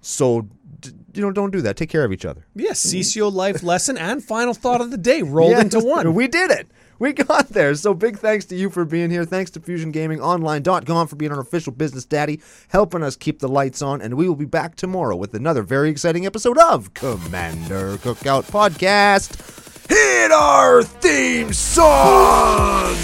Speaker 1: So, d- you know, don't do that. Take care of each other.
Speaker 2: Yes, CCO life lesson and final thought of the day
Speaker 1: <laughs>
Speaker 2: rolled
Speaker 1: Yeah,
Speaker 2: into one.
Speaker 1: We did it. We got there. So big thanks to you for being here. Thanks to FusionGamingOnline.com for being our official business daddy, helping us keep the lights on. And we will be back tomorrow with another very exciting episode of Commander Cookout Podcast. Hit our theme song!